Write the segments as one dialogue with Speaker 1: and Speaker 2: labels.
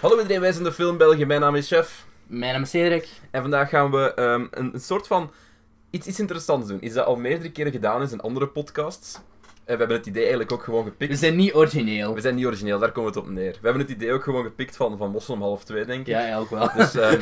Speaker 1: Hallo iedereen, wij zijn de Film België. Mijn naam is Chef.
Speaker 2: Mijn naam is Cedric.
Speaker 1: En vandaag gaan we ehm, een, een soort van iets, iets interessants doen. Iets dat al meerdere keren gedaan is in andere podcasts. En we hebben het idee eigenlijk ook gewoon
Speaker 2: We
Speaker 1: gepikt.
Speaker 2: zijn niet origineel.
Speaker 1: We zijn niet origineel, daar komen we het op neer. We hebben het idee ook gewoon gepikt van, van Mossel om half twee, denk ik.
Speaker 2: Ja, ja, ook wel.
Speaker 1: Dus ehm,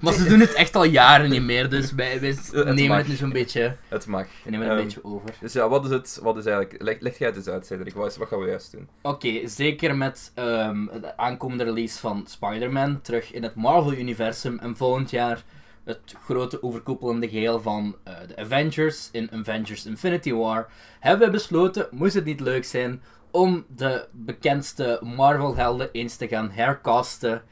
Speaker 2: Maar ze doen het echt al jaren niet meer, dus wij, wij nemen
Speaker 1: mag.
Speaker 2: het nu zo'n beetje,
Speaker 1: het mag.
Speaker 2: we nemen het
Speaker 1: Ehm,
Speaker 2: een beetje over.
Speaker 1: Dus ja, wat is het? Wat is eigenlijk... Leg, leg jij het eens uit, Cedric. Wat, is- wat gaan we juist doen?
Speaker 2: Oké, zeker met ehm, de aankomende release van Spider-Man terug in het Marvel-universum en volgend jaar het grote overkoepelende geheel van eh, de Avengers in Avengers Infinity War, hebben we besloten, moest het niet leuk zijn, om de bekendste Marvel-helden eens te gaan hercasten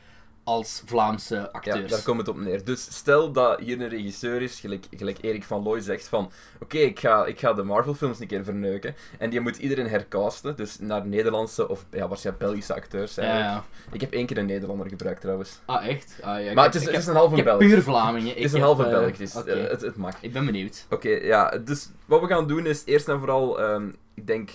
Speaker 2: als Vlaamse
Speaker 1: Ja,
Speaker 2: acteurs.
Speaker 1: daar komt het op neer. Dus stel dat hier een regisseur is, gelijk, gelijk Erik van Looy zegt van... Oké, ik, ga, ik ga de Marvel-films een keer verneuken. En die moet iedereen hercasten. Dus naar Nederlandse of ja, waarschijnlijk Belgische acteurs.
Speaker 2: ja,
Speaker 1: eigenlijk.
Speaker 2: ja.
Speaker 1: Ik heb één keer een Nederlander gebruikt trouwens.
Speaker 2: Ah, echt? Ah, ja, ik
Speaker 1: maar
Speaker 2: heb-
Speaker 1: het is,
Speaker 2: ik
Speaker 1: het is
Speaker 2: heb-
Speaker 1: een halve
Speaker 2: ik heb
Speaker 1: Belg.
Speaker 2: puur Vlamingen.
Speaker 1: Het is een halve Belg,
Speaker 2: Belgisch.
Speaker 1: dus eh, het, het mag.
Speaker 2: Ik ben benieuwd.
Speaker 1: Oké, ja. Dus wat we gaan doen is eerst en vooral, ehm, ik denk,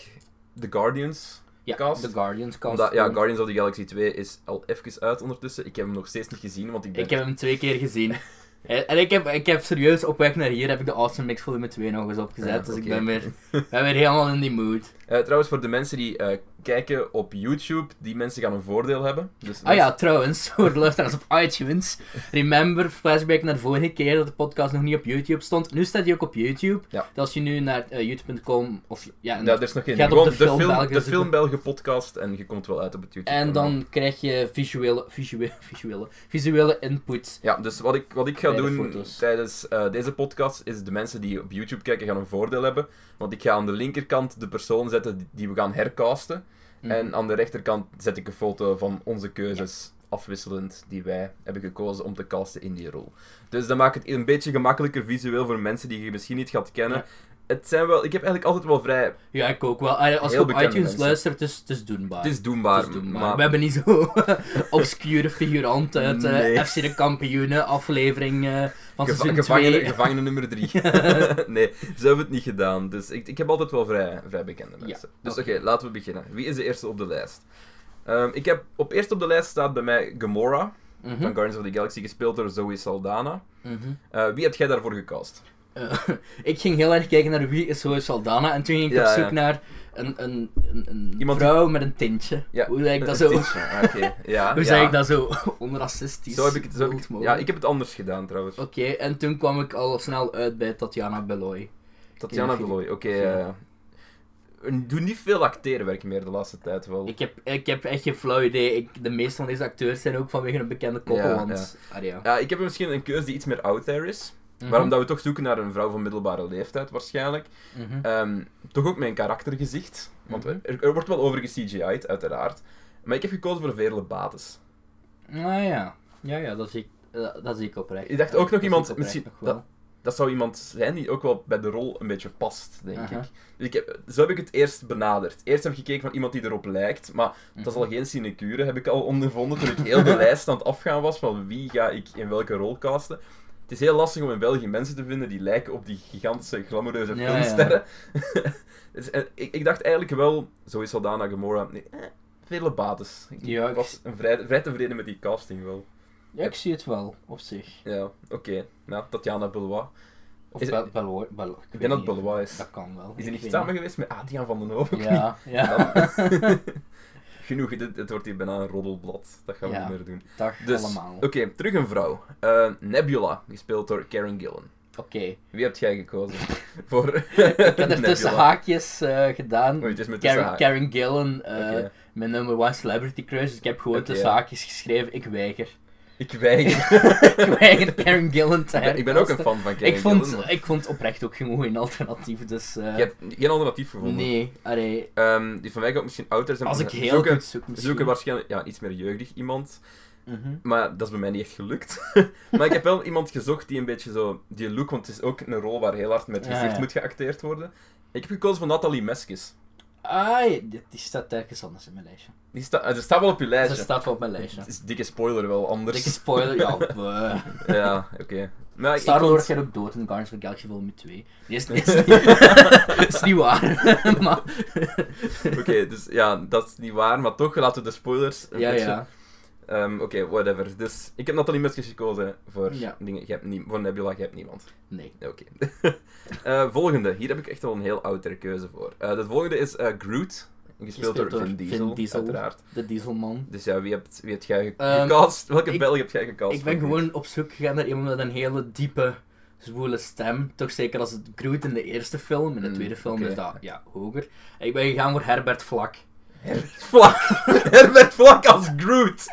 Speaker 1: The Guardians.
Speaker 2: Ja,
Speaker 1: Cast?
Speaker 2: The Guardians cast.
Speaker 1: Omdat, ja, Guardians of the Galaxy 2 is al even uit ondertussen. Ik heb hem nog steeds niet gezien, want ik ben...
Speaker 2: ik heb hem twee keer gezien. Eh, En en ik heb, ik heb serieus op weg naar hier heb ik de Awesome Mix Volume 2 nog eens opgezet.
Speaker 1: Ja,
Speaker 2: dus ik
Speaker 1: oké.
Speaker 2: ben weer, ben weer helemaal in die mood.
Speaker 1: Eh, trouwens, voor de mensen die eh, kijken op YouTube, die mensen gaan een voordeel hebben. Dus
Speaker 2: Ah ja, trouwens, voor de luisteraars op iTunes. Remember, flashback naar de vorige keer dat de podcast nog niet op YouTube stond. Nu staat hij ook op YouTube.
Speaker 1: Ja.
Speaker 2: Dus als je nu naar eh, youtube.com of ja,
Speaker 1: Ja, er is nog geen.
Speaker 2: Gaat op
Speaker 1: Gewoon
Speaker 2: de
Speaker 1: de,
Speaker 2: Film
Speaker 1: film,
Speaker 2: Belgen
Speaker 1: de
Speaker 2: zoeken.
Speaker 1: Film Belgen podcast en je komt wel uit op het YouTube. kanaal.
Speaker 2: en dan krijg je visuele, visuele, visuele, visuele input.
Speaker 1: Ja, dus wat ik, wat ik ga
Speaker 2: Bij de
Speaker 1: doen
Speaker 2: foto's.
Speaker 1: tijdens eh, deze podcast is de mensen die op YouTube kijken gaan een voordeel hebben. Want ik ga aan de linkerkant de persoon zetten die- die we gaan hercasten.
Speaker 2: Mhm.
Speaker 1: En aan de rechterkant zet ik een foto van onze keuzes afwisselend die wij hebben gekozen om te casten in die rol. Dus dat maakt het een beetje gemakkelijker visueel voor mensen die je misschien niet gaat kennen.
Speaker 2: Ja.
Speaker 1: Het zijn wel, ik heb eigenlijk altijd wel vrij,
Speaker 2: Ja, ik ook wel. Eh, Als je
Speaker 1: Heel
Speaker 2: op
Speaker 1: bekende
Speaker 2: iTunes
Speaker 1: mensen.
Speaker 2: luistert, het is het is doenbaar.
Speaker 1: het is doenbaar,
Speaker 2: Het is doenbaar.
Speaker 1: maar
Speaker 2: We hebben niet zo obscure figurant uit eh,
Speaker 1: Nee.
Speaker 2: FC de Kampioenen aflevering eh, van
Speaker 1: Geva-
Speaker 2: seizoen
Speaker 1: gevangene,
Speaker 2: 2.
Speaker 1: gevangene nummer 3. nee, ze hebben het niet gedaan. Dus ik, ik heb altijd wel vrij, vrij bekende
Speaker 2: Ja,
Speaker 1: mensen. dus oké,
Speaker 2: oké.
Speaker 1: laten we beginnen. Wie is de eerste op de lijst? Ehm, ik heb, op eerst op de lijst staat bij mij Gamora van
Speaker 2: Mhm.
Speaker 1: Guardians of the Galaxy, gespeeld door Zoe Saldana. Eh, wie heb jij daarvoor gecast?
Speaker 2: Eh, ik ging heel erg kijken naar wie is Zoe Saldana en toen ging ik
Speaker 1: Ja,
Speaker 2: op
Speaker 1: ja.
Speaker 2: zoek naar een, een, een, een
Speaker 1: Iemand die-
Speaker 2: vrouw met een tintje.
Speaker 1: Ja,
Speaker 2: Hoe zeg ik dat zo?
Speaker 1: Tintje, ah, Oké, ja.
Speaker 2: Hoe
Speaker 1: ja.
Speaker 2: zeg ik dat zo onracistisch?
Speaker 1: Zo heb ik het. Zo heb ik,
Speaker 2: wild
Speaker 1: ja,
Speaker 2: mogelijk?
Speaker 1: ik heb het anders gedaan trouwens.
Speaker 2: Oké, en toen kwam ik al snel uit bij Tatjana Beloy.
Speaker 1: Tatjana
Speaker 2: ik heb-
Speaker 1: Beloy, oké. eh, doe niet veel acteerwerk meer de laatste tijd wel.
Speaker 2: Ik heb, ik heb echt geen flauw idee. Ik, de meeste van deze acteurs zijn ook vanwege een bekende koppel,
Speaker 1: Ja,
Speaker 2: want... Ah, ja.
Speaker 1: Ja, ik heb misschien een keuze die iets meer out there is.
Speaker 2: Mhm.
Speaker 1: Waarom dat we toch zoeken naar een vrouw van middelbare leeftijd waarschijnlijk.
Speaker 2: Mhm.
Speaker 1: Ehm, toch ook met een karaktergezicht. Want
Speaker 2: Mhm.
Speaker 1: er, er wordt wel over ge-CGI'd, uiteraard. Maar ik heb gekozen voor Verle Bates.
Speaker 2: Ah ja. Ja, ja, dat zie ik, eh, dat zie ik oprecht.
Speaker 1: Ik dacht
Speaker 2: Ja,
Speaker 1: ook nog
Speaker 2: dat zie
Speaker 1: iemand-
Speaker 2: ik oprecht
Speaker 1: misschien-
Speaker 2: nog wel.
Speaker 1: Dat zou iemand zijn die ook wel bij de rol een beetje past, denk
Speaker 2: Aha.
Speaker 1: ik. Dus ik heb, zo heb ik het eerst benaderd. Eerst heb ik gekeken van iemand die erop lijkt, maar
Speaker 2: Mhm.
Speaker 1: dat is al geen sinecure, heb ik al ondervonden toen ik heel de lijst aan het afgaan was van wie ga ik in welke rol casten. Het is heel lastig om in België mensen te vinden die lijken op die gigantische, glamoureuze
Speaker 2: Ja, ja.
Speaker 1: filmsterren. dus, eh, ik, ik dacht eigenlijk wel, zo is Saldana, Gamora, nee, eh, vele bates. Ik
Speaker 2: Ja, ik-
Speaker 1: was een vrij, vrij tevreden met die casting wel.
Speaker 2: Ja, ik zie het wel, op zich.
Speaker 1: Ja, oké. Nou, Tatjana Belois.
Speaker 2: Of
Speaker 1: Is-
Speaker 2: Bel- Belloy- Bello-
Speaker 1: Ik
Speaker 2: weet
Speaker 1: denk dat
Speaker 2: niet.
Speaker 1: Belois is.
Speaker 2: Dat kan wel.
Speaker 1: Is hij
Speaker 2: Ik
Speaker 1: niet
Speaker 2: weet
Speaker 1: samen geweest met Adriaan van den Hoven?
Speaker 2: Ja, ja.
Speaker 1: Dan- Genoeg, dit, het wordt hier bijna een roddelblad. Dat gaan we
Speaker 2: Ja.
Speaker 1: niet meer doen.
Speaker 2: Dag
Speaker 1: Dus,
Speaker 2: allemaal.
Speaker 1: oké,
Speaker 2: Oké.
Speaker 1: terug een vrouw. Eh, Nebula, gespeeld door Karen Gillan. Wie hebt jij gekozen? Voor
Speaker 2: Ik heb er tussen
Speaker 1: Nebula.
Speaker 2: haakjes eh, gedaan.
Speaker 1: Oei, het is met tussen
Speaker 2: Karen,
Speaker 1: haak.
Speaker 2: Karen Gillan, eh,
Speaker 1: Oké.
Speaker 2: mijn number one celebrity crush. Dus ik heb gewoon
Speaker 1: Oké.
Speaker 2: tussen haakjes geschreven, ik weiger.
Speaker 1: Ik weiger.
Speaker 2: ik weiger Karen Gillan te
Speaker 1: Ik ben- ik ben ook een
Speaker 2: herkasten.
Speaker 1: fan van Karen
Speaker 2: Ik vond,
Speaker 1: Gillan. maar
Speaker 2: ik vond oprecht ook geen mooi alternatief, dus... eh,
Speaker 1: Je hebt geen alternatief gevonden.
Speaker 2: nee, allee.
Speaker 1: Ehm, die van mij ook misschien ouder zijn.
Speaker 2: Als ik
Speaker 1: maar
Speaker 2: heel
Speaker 1: zoeken,
Speaker 2: goed zoek misschien.
Speaker 1: zoeken waarschijnlijk ja, iets meer jeugdig iemand.
Speaker 2: Mhm.
Speaker 1: Maar dat is bij mij niet echt gelukt. maar ik heb wel iemand gezocht die een beetje zo... Die look, want het is ook een rol waar heel hard met
Speaker 2: Ja,
Speaker 1: gezicht
Speaker 2: ja.
Speaker 1: moet geacteerd worden. Ik heb gekozen voor Nathalie Meskes.
Speaker 2: Ah, ja, die, die staat telkens anders in mijn lijstje.
Speaker 1: Die sta, eh, ze staat wel op je
Speaker 2: Ze
Speaker 1: lijstje.
Speaker 2: staat wel op mijn lijstje.
Speaker 1: Het is dikke spoiler wel, anders.
Speaker 2: Dikke spoiler, ja. buh.
Speaker 1: Ja, oké. Nou, ik- ik
Speaker 2: Star-Lord
Speaker 1: vond-
Speaker 2: gaat ook dood in Guardians of the Galaxy Volume 2. Die is, die is, niet, is niet waar. maar,
Speaker 1: Oké, dus ja, dat is niet waar, maar toch laten we de spoilers een
Speaker 2: ja,
Speaker 1: beetje...
Speaker 2: ja.
Speaker 1: Ehm, Oké, whatever. Dus ik heb Nathalie Muskes gekozen voor
Speaker 2: Ja.
Speaker 1: dingen. Je hebt nie, voor Nebula, je hebt niemand.
Speaker 2: Nee.
Speaker 1: Oké. Eh, volgende. Hier heb ik echt wel een heel oudere keuze voor. Eh, de volgende is eh, Groot. Gespeeld
Speaker 2: Gespeeld
Speaker 1: door,
Speaker 2: door
Speaker 1: Vin, Diesel,
Speaker 2: Vin Diesel.
Speaker 1: uiteraard.
Speaker 2: De Dieselman.
Speaker 1: Dus ja, wie hebt, wie hebt jij ge-
Speaker 2: Ehm,
Speaker 1: gecast? Welke
Speaker 2: ik-
Speaker 1: Belg heb jij gecast?
Speaker 2: Ik ben
Speaker 1: voor Groot?
Speaker 2: gewoon op zoek gegaan naar iemand met een hele diepe, zwoele stem. Toch zeker als het Groot in de eerste film. In de
Speaker 1: Mm,
Speaker 2: tweede film
Speaker 1: oké.
Speaker 2: is dat ja, hoger. Ik ben gegaan voor Herbert Vlak.
Speaker 1: Herbert Vlak! Herbert Vlak als Groot!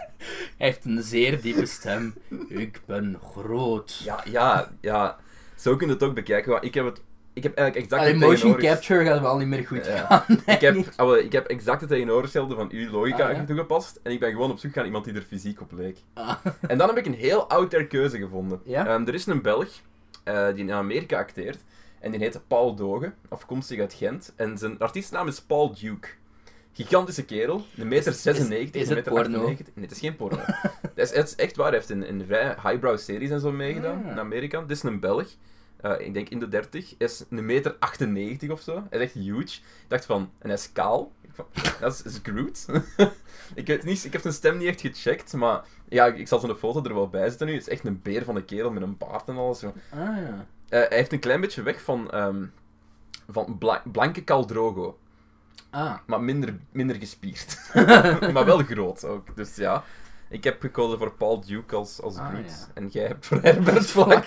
Speaker 2: Hij heeft een zeer diepe stem. Ik ben groot.
Speaker 1: Ja, ja, ja. Zo kun je het ook bekijken. want Ik heb, het, ik heb eigenlijk exact
Speaker 2: Allee,
Speaker 1: het
Speaker 2: motion
Speaker 1: tegenovergestelde-
Speaker 2: Ah, capture gaat wel niet meer goed
Speaker 1: Ja.
Speaker 2: gaan.
Speaker 1: Ik heb,
Speaker 2: denk
Speaker 1: ouwe, ik heb exact het tegenovergestelde van uw logica
Speaker 2: Ah, ja?
Speaker 1: toegepast. En ik ben gewoon op zoek naar iemand die er fysiek op leek.
Speaker 2: Ah.
Speaker 1: En dan heb ik een heel ouder keuze gevonden.
Speaker 2: Ja?
Speaker 1: Ehm, er is een Belg eh, die in Amerika acteert. En die heet Paul Dogen, afkomstig uit Gent. En zijn artiestnaam is Paul Duke. Gigantische kerel, de meter
Speaker 2: Is- is-
Speaker 1: 96,
Speaker 2: is
Speaker 1: de
Speaker 2: het
Speaker 1: meter
Speaker 2: porno?
Speaker 1: 98. Nee, het is geen porno. dat, is, het is echt waar, hij heeft in, in vrij highbrow series en zo meegedaan
Speaker 2: Ah.
Speaker 1: in Amerika. Dit is een Belg, eh, ik denk in de 30, is een meter 98 of zo. Hij is echt huge. Ik dacht van, en hij is kaal. Ik van, dat is, is Groot. ik, weet niet, ik heb zijn stem niet echt gecheckt, maar ja, ik, ik zal zijn foto er wel bij zetten nu. Het is echt een beer van een kerel met een baard en alles. Eh,
Speaker 2: Ah ja.
Speaker 1: hij heeft een klein beetje weg van, ehm, van Bla- Blanke Caldrogo,
Speaker 2: Ah.
Speaker 1: maar minder, minder gespierd. maar wel groot ook, dus ja. Ik heb gekozen voor Paul Duke als, als
Speaker 2: Ah,
Speaker 1: Groot.
Speaker 2: ja.
Speaker 1: En jij hebt voor Herbert Vlak.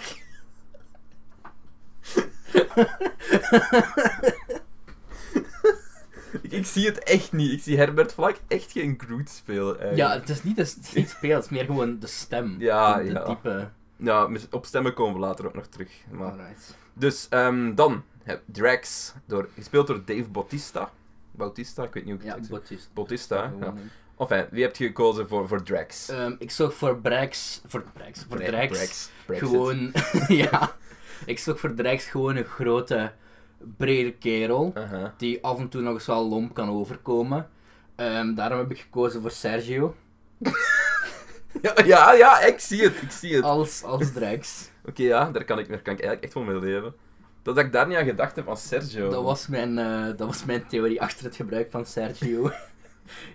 Speaker 1: ik, ik zie het echt niet. Ik zie Herbert Vlak echt geen Groot spelen. eigenlijk.
Speaker 2: ja, het is niet, het is niet speel, het is meer gewoon de stem.
Speaker 1: Ja,
Speaker 2: de, de
Speaker 1: ja.
Speaker 2: diepe.
Speaker 1: Nou, mis- op stemmen komen we later ook nog terug. Maar...
Speaker 2: Alright.
Speaker 1: Dus ehm, dan, heb Drax, door, gespeeld door Dave Bautista. Bautista, ik weet niet hoe ik
Speaker 2: Ja,
Speaker 1: het zeg.
Speaker 2: Baptiste.
Speaker 1: Bautista, hè? ja.
Speaker 2: Gewoon, hè.
Speaker 1: Enfin, wie heb je gekozen voor, voor Drax?
Speaker 2: Ehm, ik zocht voor Brax. Voor Brax. Voor
Speaker 1: Dra-
Speaker 2: Drax.
Speaker 1: Brexit.
Speaker 2: Gewoon. ja. Ik zocht voor Drax gewoon een grote, brede kerel.
Speaker 1: Aha.
Speaker 2: Die af en toe nog eens wel lomp kan overkomen. Ehm, daarom heb ik gekozen voor Sergio.
Speaker 1: Ja, ja, ja, ik zie het, ik zie het. Oké,
Speaker 2: Als, als Drax.
Speaker 1: ja, daar kan, ik, daar kan ik eigenlijk echt wel mee leven. Dat ik daar niet aan gedacht heb als Sergio.
Speaker 2: Dat was, mijn, eh, dat was mijn theorie achter het gebruik van Sergio.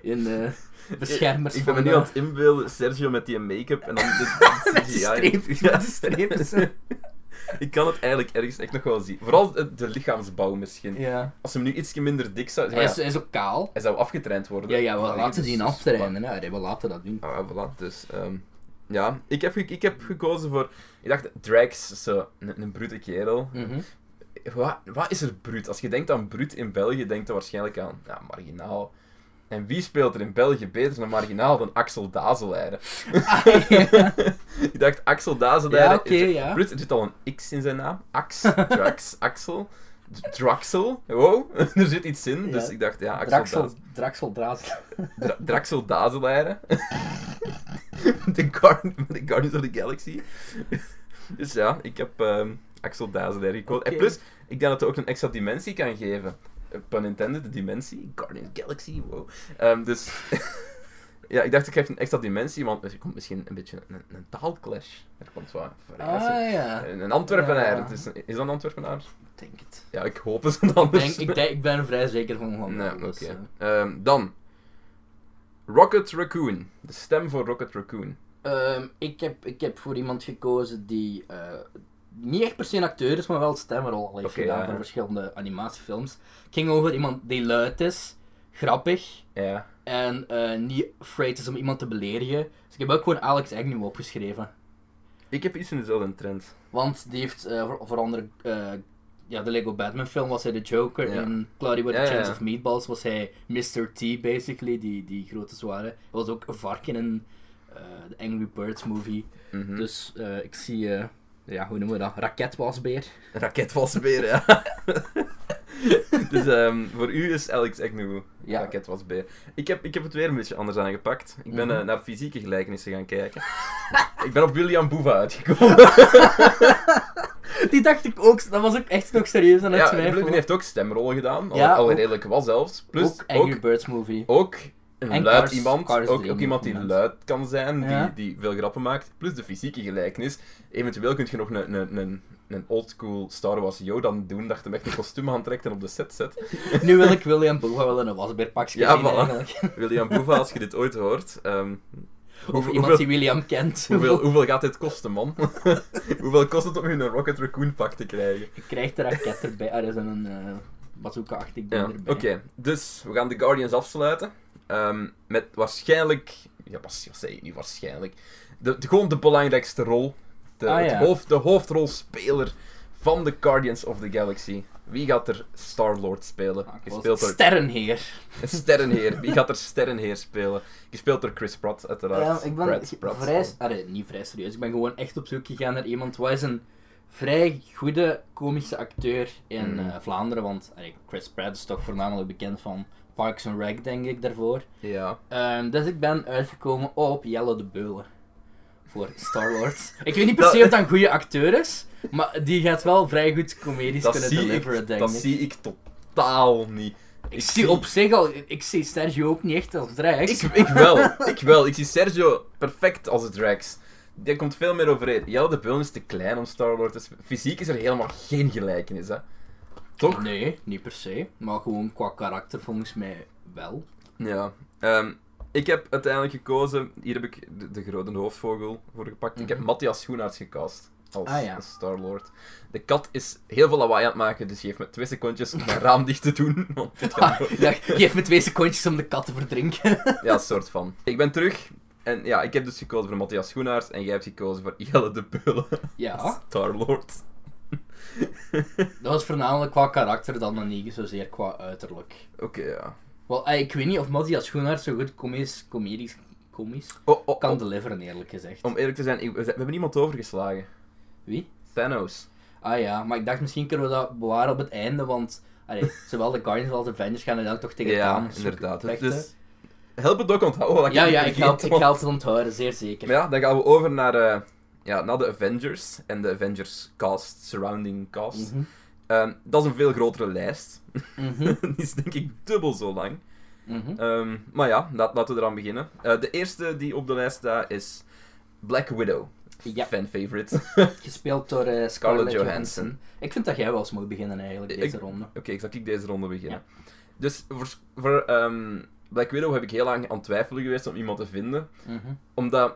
Speaker 2: In eh beschermers
Speaker 1: Ik ben
Speaker 2: van
Speaker 1: me nu
Speaker 2: de-
Speaker 1: aan het inbeelden, Sergio met die make-up en dan de, de
Speaker 2: Met
Speaker 1: CGI.
Speaker 2: die streepjes,
Speaker 1: Ja.
Speaker 2: met die streepjes.
Speaker 1: Ik kan het eigenlijk ergens echt nog wel zien. Vooral de, de lichaamsbouw misschien.
Speaker 2: Ja.
Speaker 1: Als hem nu ietsje minder dik zou
Speaker 2: Hij
Speaker 1: zijn.
Speaker 2: is, hij is ook kaal.
Speaker 1: Hij zou afgetraind worden.
Speaker 2: Ja, ja, we
Speaker 1: Allee,
Speaker 2: laten
Speaker 1: dus-
Speaker 2: die aftrainen. hè. We laten dat doen.
Speaker 1: Ah, voilà, dus. ehm, ja, ik heb, ge- ik heb gekozen voor. Ik dacht, Drax, zo, een, een brute kerel.
Speaker 2: Mhm.
Speaker 1: Wat, wat is er bruut? Als je denkt aan bruut in België, denkt er waarschijnlijk aan ja, marginaal. En wie speelt er in België beter een marginaal dan Axel Dazeleire?
Speaker 2: Ah,
Speaker 1: ik dacht, Axel Dazeleire.
Speaker 2: Ja, oké,
Speaker 1: is-
Speaker 2: ja.
Speaker 1: Bruut, er zit al een X in zijn naam. Ax, Drax, Axel. D- Draxel, wow, er zit iets in. Dus
Speaker 2: Ja.
Speaker 1: ik dacht, ja, Axel
Speaker 2: Draxel,
Speaker 1: Daz-
Speaker 2: Draxel Draas.
Speaker 1: Dra- Draxel Dazeleire. de, Guard- de Guardians of the Galaxy. dus ja, ik heb ehm, Axel Dazeleire gekozen. En
Speaker 2: Oké.
Speaker 1: plus, ik denk dat het ook een extra dimensie kan geven. Eh, Pun intended, de dimensie. Guardians of the Galaxy, wow. Ehm, dus... ja, ik dacht ik geef een extra dimensie, want er komt misschien een beetje een, een taalclash. Er komt wat verrassing.
Speaker 2: Ah ja, ik
Speaker 1: Een een Antwerpenaar.
Speaker 2: Ja.
Speaker 1: het Is, is dat een Antwerpenaar?
Speaker 2: denk het.
Speaker 1: Ja, ik hoop het een
Speaker 2: Ik, denk,
Speaker 1: anders.
Speaker 2: ik, denk, ik ben er vrij zeker van Holland.
Speaker 1: Dus- Nee, oké.
Speaker 2: dus, eh.
Speaker 1: Ehm, dan. Rocket Raccoon. De stem voor Rocket Raccoon.
Speaker 2: Ehm, ik, heb, ik heb voor iemand gekozen die eh, niet echt per se een acteur is, maar wel een stemrol al heeft
Speaker 1: Oké,
Speaker 2: gedaan
Speaker 1: ja, ja.
Speaker 2: voor verschillende animatiefilms. Het ging over iemand die luid is, grappig
Speaker 1: Ja.
Speaker 2: en eh, niet afraid is om iemand te beledigen. Dus ik heb ook gewoon Alex Agnew opgeschreven.
Speaker 1: Ik heb iets in dezelfde trend.
Speaker 2: Want die heeft eh, voor, voor andere. eh, ja, de Lego Batman film was hij de Joker.
Speaker 1: Ja.
Speaker 2: In Cloudy with a
Speaker 1: Ja, ja,
Speaker 2: Chance
Speaker 1: ja.
Speaker 2: of Meatballs was hij Mr. T, basically, die, die grote zware. Hij was ook een varken in eh, de Angry Birds movie.
Speaker 1: Mhm.
Speaker 2: Dus eh, ik zie, eh, ja, hoe noemen we dat? Raketwasbeer.
Speaker 1: Een Raketwasbeer, ja. dus ehm, voor u is Alex Agnew
Speaker 2: Ja.
Speaker 1: raketwasbeer. Ik heb, ik heb het weer een beetje anders aangepakt. Ik ben
Speaker 2: Mhm.
Speaker 1: eh, naar fysieke gelijkenissen gaan kijken. ik ben op William Boeva uitgekomen.
Speaker 2: Die dacht ik ook, dat was ook echt nog serieus aan het
Speaker 1: ja,
Speaker 2: twijfelen.
Speaker 1: Blumen heeft ook stemrollen gedaan. Al,
Speaker 2: Ja,
Speaker 1: al
Speaker 2: ook-
Speaker 1: redelijk wel zelfs. Plus
Speaker 2: ook Angry Birds movie.
Speaker 1: ook een
Speaker 2: En
Speaker 1: luid
Speaker 2: Cars-
Speaker 1: iemand,
Speaker 2: Cars
Speaker 1: ook,
Speaker 2: drie
Speaker 1: ook iemand die
Speaker 2: moment.
Speaker 1: luid kan zijn, die,
Speaker 2: Ja.
Speaker 1: die veel grappen maakt, plus de fysieke gelijkenis. Eventueel kun je nog een, een, een, een oldschool Star Wars Yoda doen, dat je hem echt een kostuum aantrekt en op de set zet.
Speaker 2: Nu wil ik William Boga wel in een wasbeerpakje
Speaker 1: Ja,
Speaker 2: zien
Speaker 1: voilà.
Speaker 2: eigenlijk.
Speaker 1: William Boeva, als je dit ooit hoort, ehm,
Speaker 2: Of
Speaker 1: Hoeveel-
Speaker 2: iemand
Speaker 1: hoeveel-
Speaker 2: die William kent.
Speaker 1: Hoeveel, hoeveel gaat dit kosten, man? hoeveel kost het om hun een Rocket Raccoon pak te krijgen?
Speaker 2: Je krijgt er raket erbij. Er is een eh bazooka-achtig ding
Speaker 1: Ja, oké.
Speaker 2: erbij.
Speaker 1: Dus, we gaan de Guardians afsluiten. Ehm, met waarschijnlijk... Ja, was, wat zeg ik nu waarschijnlijk? De, de- gewoon de belangrijkste rol. De,
Speaker 2: Ah,
Speaker 1: het
Speaker 2: ja.
Speaker 1: hoofd, de hoofdrolspeler van de Guardians of the Galaxy. Wie gaat er Star-Lord spelen?
Speaker 2: Ah, ik was
Speaker 1: Gespeeld door
Speaker 2: Sterrenheer.
Speaker 1: een Sterrenheer. Wie gaat er Sterrenheer spelen? Gespeeld door Chris Pratt, uiteraard.
Speaker 2: Ja, ik ben
Speaker 1: Brad
Speaker 2: ge-
Speaker 1: Pratt.
Speaker 2: vrij... Allee, niet vrij serieus. Ik ben gewoon echt op zoek gegaan naar iemand... Wat is een vrij goede komische acteur in
Speaker 1: Mhm.
Speaker 2: eh, Vlaanderen? Want allee, Chris Pratt is toch voornamelijk bekend van Parks and Rec, denk ik, daarvoor.
Speaker 1: Ja.
Speaker 2: Ehm, dus ik ben uitgekomen op Jelle de Beulen. Voor Star-Lord. ik weet niet per se of dat een goede acteur is, maar die gaat wel vrij goed comedies
Speaker 1: Dat
Speaker 2: kunnen
Speaker 1: zie,
Speaker 2: deliveren,
Speaker 1: ik,
Speaker 2: denk
Speaker 1: dat
Speaker 2: ik.
Speaker 1: zie ik totaal niet.
Speaker 2: Ik zie op zich al, ik zie Sergio ook niet echt als Drax.
Speaker 1: Ik, ik wel, ik wel. Ik zie Sergio perfect als het Drax. Die komt veel meer overeen. Jelle de Beul is te klein om Star-Lord te spelen. Fysiek is er helemaal geen gelijkenis, hè. Toch?
Speaker 2: Nee, niet per se. Maar gewoon qua karakter volgens mij wel.
Speaker 1: Ja. Ehm, ik heb uiteindelijk gekozen... Hier heb ik de, de grote hoofdvogel voor gepakt. Ik heb
Speaker 2: Mhm.
Speaker 1: Matthias Schoenaerts gecast. Als
Speaker 2: Ah, ja.
Speaker 1: Star-Lord. De kat is heel veel lawaai aan het maken, dus geef me twee secondjes om mijn raam dicht te doen. Want dit gaat
Speaker 2: Ah, ik dacht, geef me twee secondjes om de kat te verdrinken.
Speaker 1: Ja, soort van. Ik ben terug. En ja, ik heb dus gekozen voor Matthias Schoenaerts en jij hebt gekozen voor Jelle de Beulen. Ah.
Speaker 2: Ja,
Speaker 1: Star-Lord.
Speaker 2: dat was voornamelijk qua karakter dan dan niet zozeer qua uiterlijk.
Speaker 1: Oké, ja.
Speaker 2: Wel, eh, ik weet niet of Matthias Schoenaert zo goed komisch, comedisch, komisch
Speaker 1: Oh, oh,
Speaker 2: kan
Speaker 1: oh,
Speaker 2: deliveren, eerlijk gezegd.
Speaker 1: om eerlijk te zijn, ik- we we hebben iemand overgeslagen.
Speaker 2: Wie?
Speaker 1: Thanos.
Speaker 2: Ah ja, maar ik dacht misschien kunnen we dat bewaren op het einde, want allee, zowel de Guardians als de Avengers gaan uiteindelijk toch tegen
Speaker 1: ja,
Speaker 2: Thanos
Speaker 1: inderdaad.
Speaker 2: vechten.
Speaker 1: Dus help het ook onthouden. want ik
Speaker 2: ja,
Speaker 1: heb
Speaker 2: ja,
Speaker 1: het
Speaker 2: ik help, ik
Speaker 1: vergeten.
Speaker 2: help het onthouden, zeer zeker.
Speaker 1: Maar ja, dan gaan we over naar, eh, ja, naar de Avengers en de Avengers cast, surrounding cast.
Speaker 2: Mhm,
Speaker 1: Ehm, dat is een veel grotere lijst.
Speaker 2: mhm,
Speaker 1: Die is denk ik dubbel zo lang.
Speaker 2: mhm.
Speaker 1: Ehm, maar ja, laat- laten we eraan beginnen. Eh, de eerste die op de lijst staat is Black Widow.
Speaker 2: Ja.
Speaker 1: Fan favorite. Oké,
Speaker 2: Gespeeld door eh, Scarlett,
Speaker 1: Johansson.
Speaker 2: Johansson. Ik vind dat jij wel eens moet beginnen eigenlijk,
Speaker 1: Ik-
Speaker 2: deze ronde.
Speaker 1: ik zal ik deze ronde beginnen. Dus voor, voor ehm, Black Widow heb ik heel lang aan het twijfelen geweest om iemand te vinden.
Speaker 2: Mhm.
Speaker 1: Omdat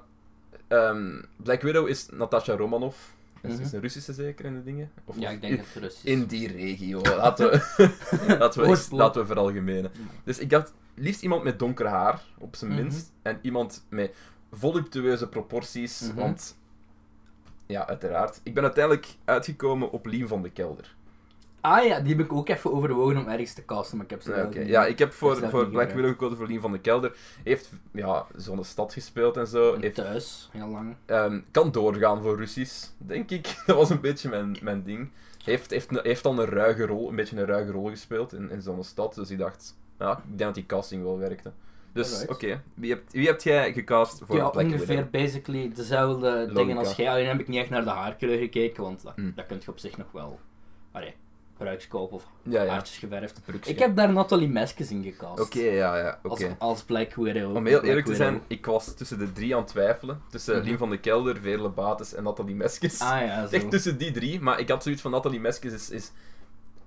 Speaker 1: ehm, Black Widow is Natasha Romanoff. Dat is dus
Speaker 2: Mhm.
Speaker 1: een Russische zeker in de dingen? Of,
Speaker 2: Ja,
Speaker 1: of-
Speaker 2: ik denk dat het Russisch is.
Speaker 1: In die regio. Laten we, laten we,
Speaker 2: Oostblok.
Speaker 1: laten we veralgemenen. Dus ik dacht, liefst iemand met donker haar, op zijn
Speaker 2: Mhm.
Speaker 1: minst. En iemand met voluptueuze proporties.
Speaker 2: Mhm.
Speaker 1: Want, ja, uiteraard. Ik ben uiteindelijk uitgekomen op Lien van de Kelder.
Speaker 2: Ah ja, die heb ik ook even overwogen om ergens te casten, maar ik heb ze
Speaker 1: Ja,
Speaker 2: wel
Speaker 1: oké.
Speaker 2: niet.
Speaker 1: ja ik heb voor,
Speaker 2: heb ze
Speaker 1: voor
Speaker 2: zelf
Speaker 1: Black
Speaker 2: niet
Speaker 1: Widow gekozen voor Lien van de Kelder. Heeft ja, Zonnestad gespeeld en zo.
Speaker 2: En
Speaker 1: Heeft,
Speaker 2: thuis, heel lang.
Speaker 1: ehm, kan doorgaan voor Russisch, denk ik. Dat was een beetje mijn, mijn ding. Heeft, heeft, heeft dan een ruige rol, een beetje een ruige rol gespeeld in, in zo'n stad. Dus ik dacht, ja, ik denk dat die casting wel werkte. Dus
Speaker 2: Alright.
Speaker 1: oké, wie, hebt, wie hebt jij gecast voor
Speaker 2: ja,
Speaker 1: Black
Speaker 2: ongeveer
Speaker 1: Widow?
Speaker 2: basically dezelfde dingen als jij. Alleen heb ik niet echt naar de haarkleur gekeken, want dat,
Speaker 1: Hmm.
Speaker 2: dat kun je op zich nog wel. Allee, bruikskoop of
Speaker 1: Ah, Ja, ja.
Speaker 2: haartjes geverfd.
Speaker 1: Broekje.
Speaker 2: Ik heb daar Nathalie Meskes in gecast.
Speaker 1: Oké, ja, ja, oké.
Speaker 2: Als, als Black Widow.
Speaker 1: Om heel
Speaker 2: Black
Speaker 1: eerlijk te
Speaker 2: Widow.
Speaker 1: zijn, ik was tussen de drie aan het twijfelen. Tussen
Speaker 2: Mhm.
Speaker 1: Lien van de Kelder, Veerle Bates en Nathalie Meskes.
Speaker 2: Ah ja, zo.
Speaker 1: Echt dus tussen die drie, maar ik had zoiets van Nathalie Meskes is... is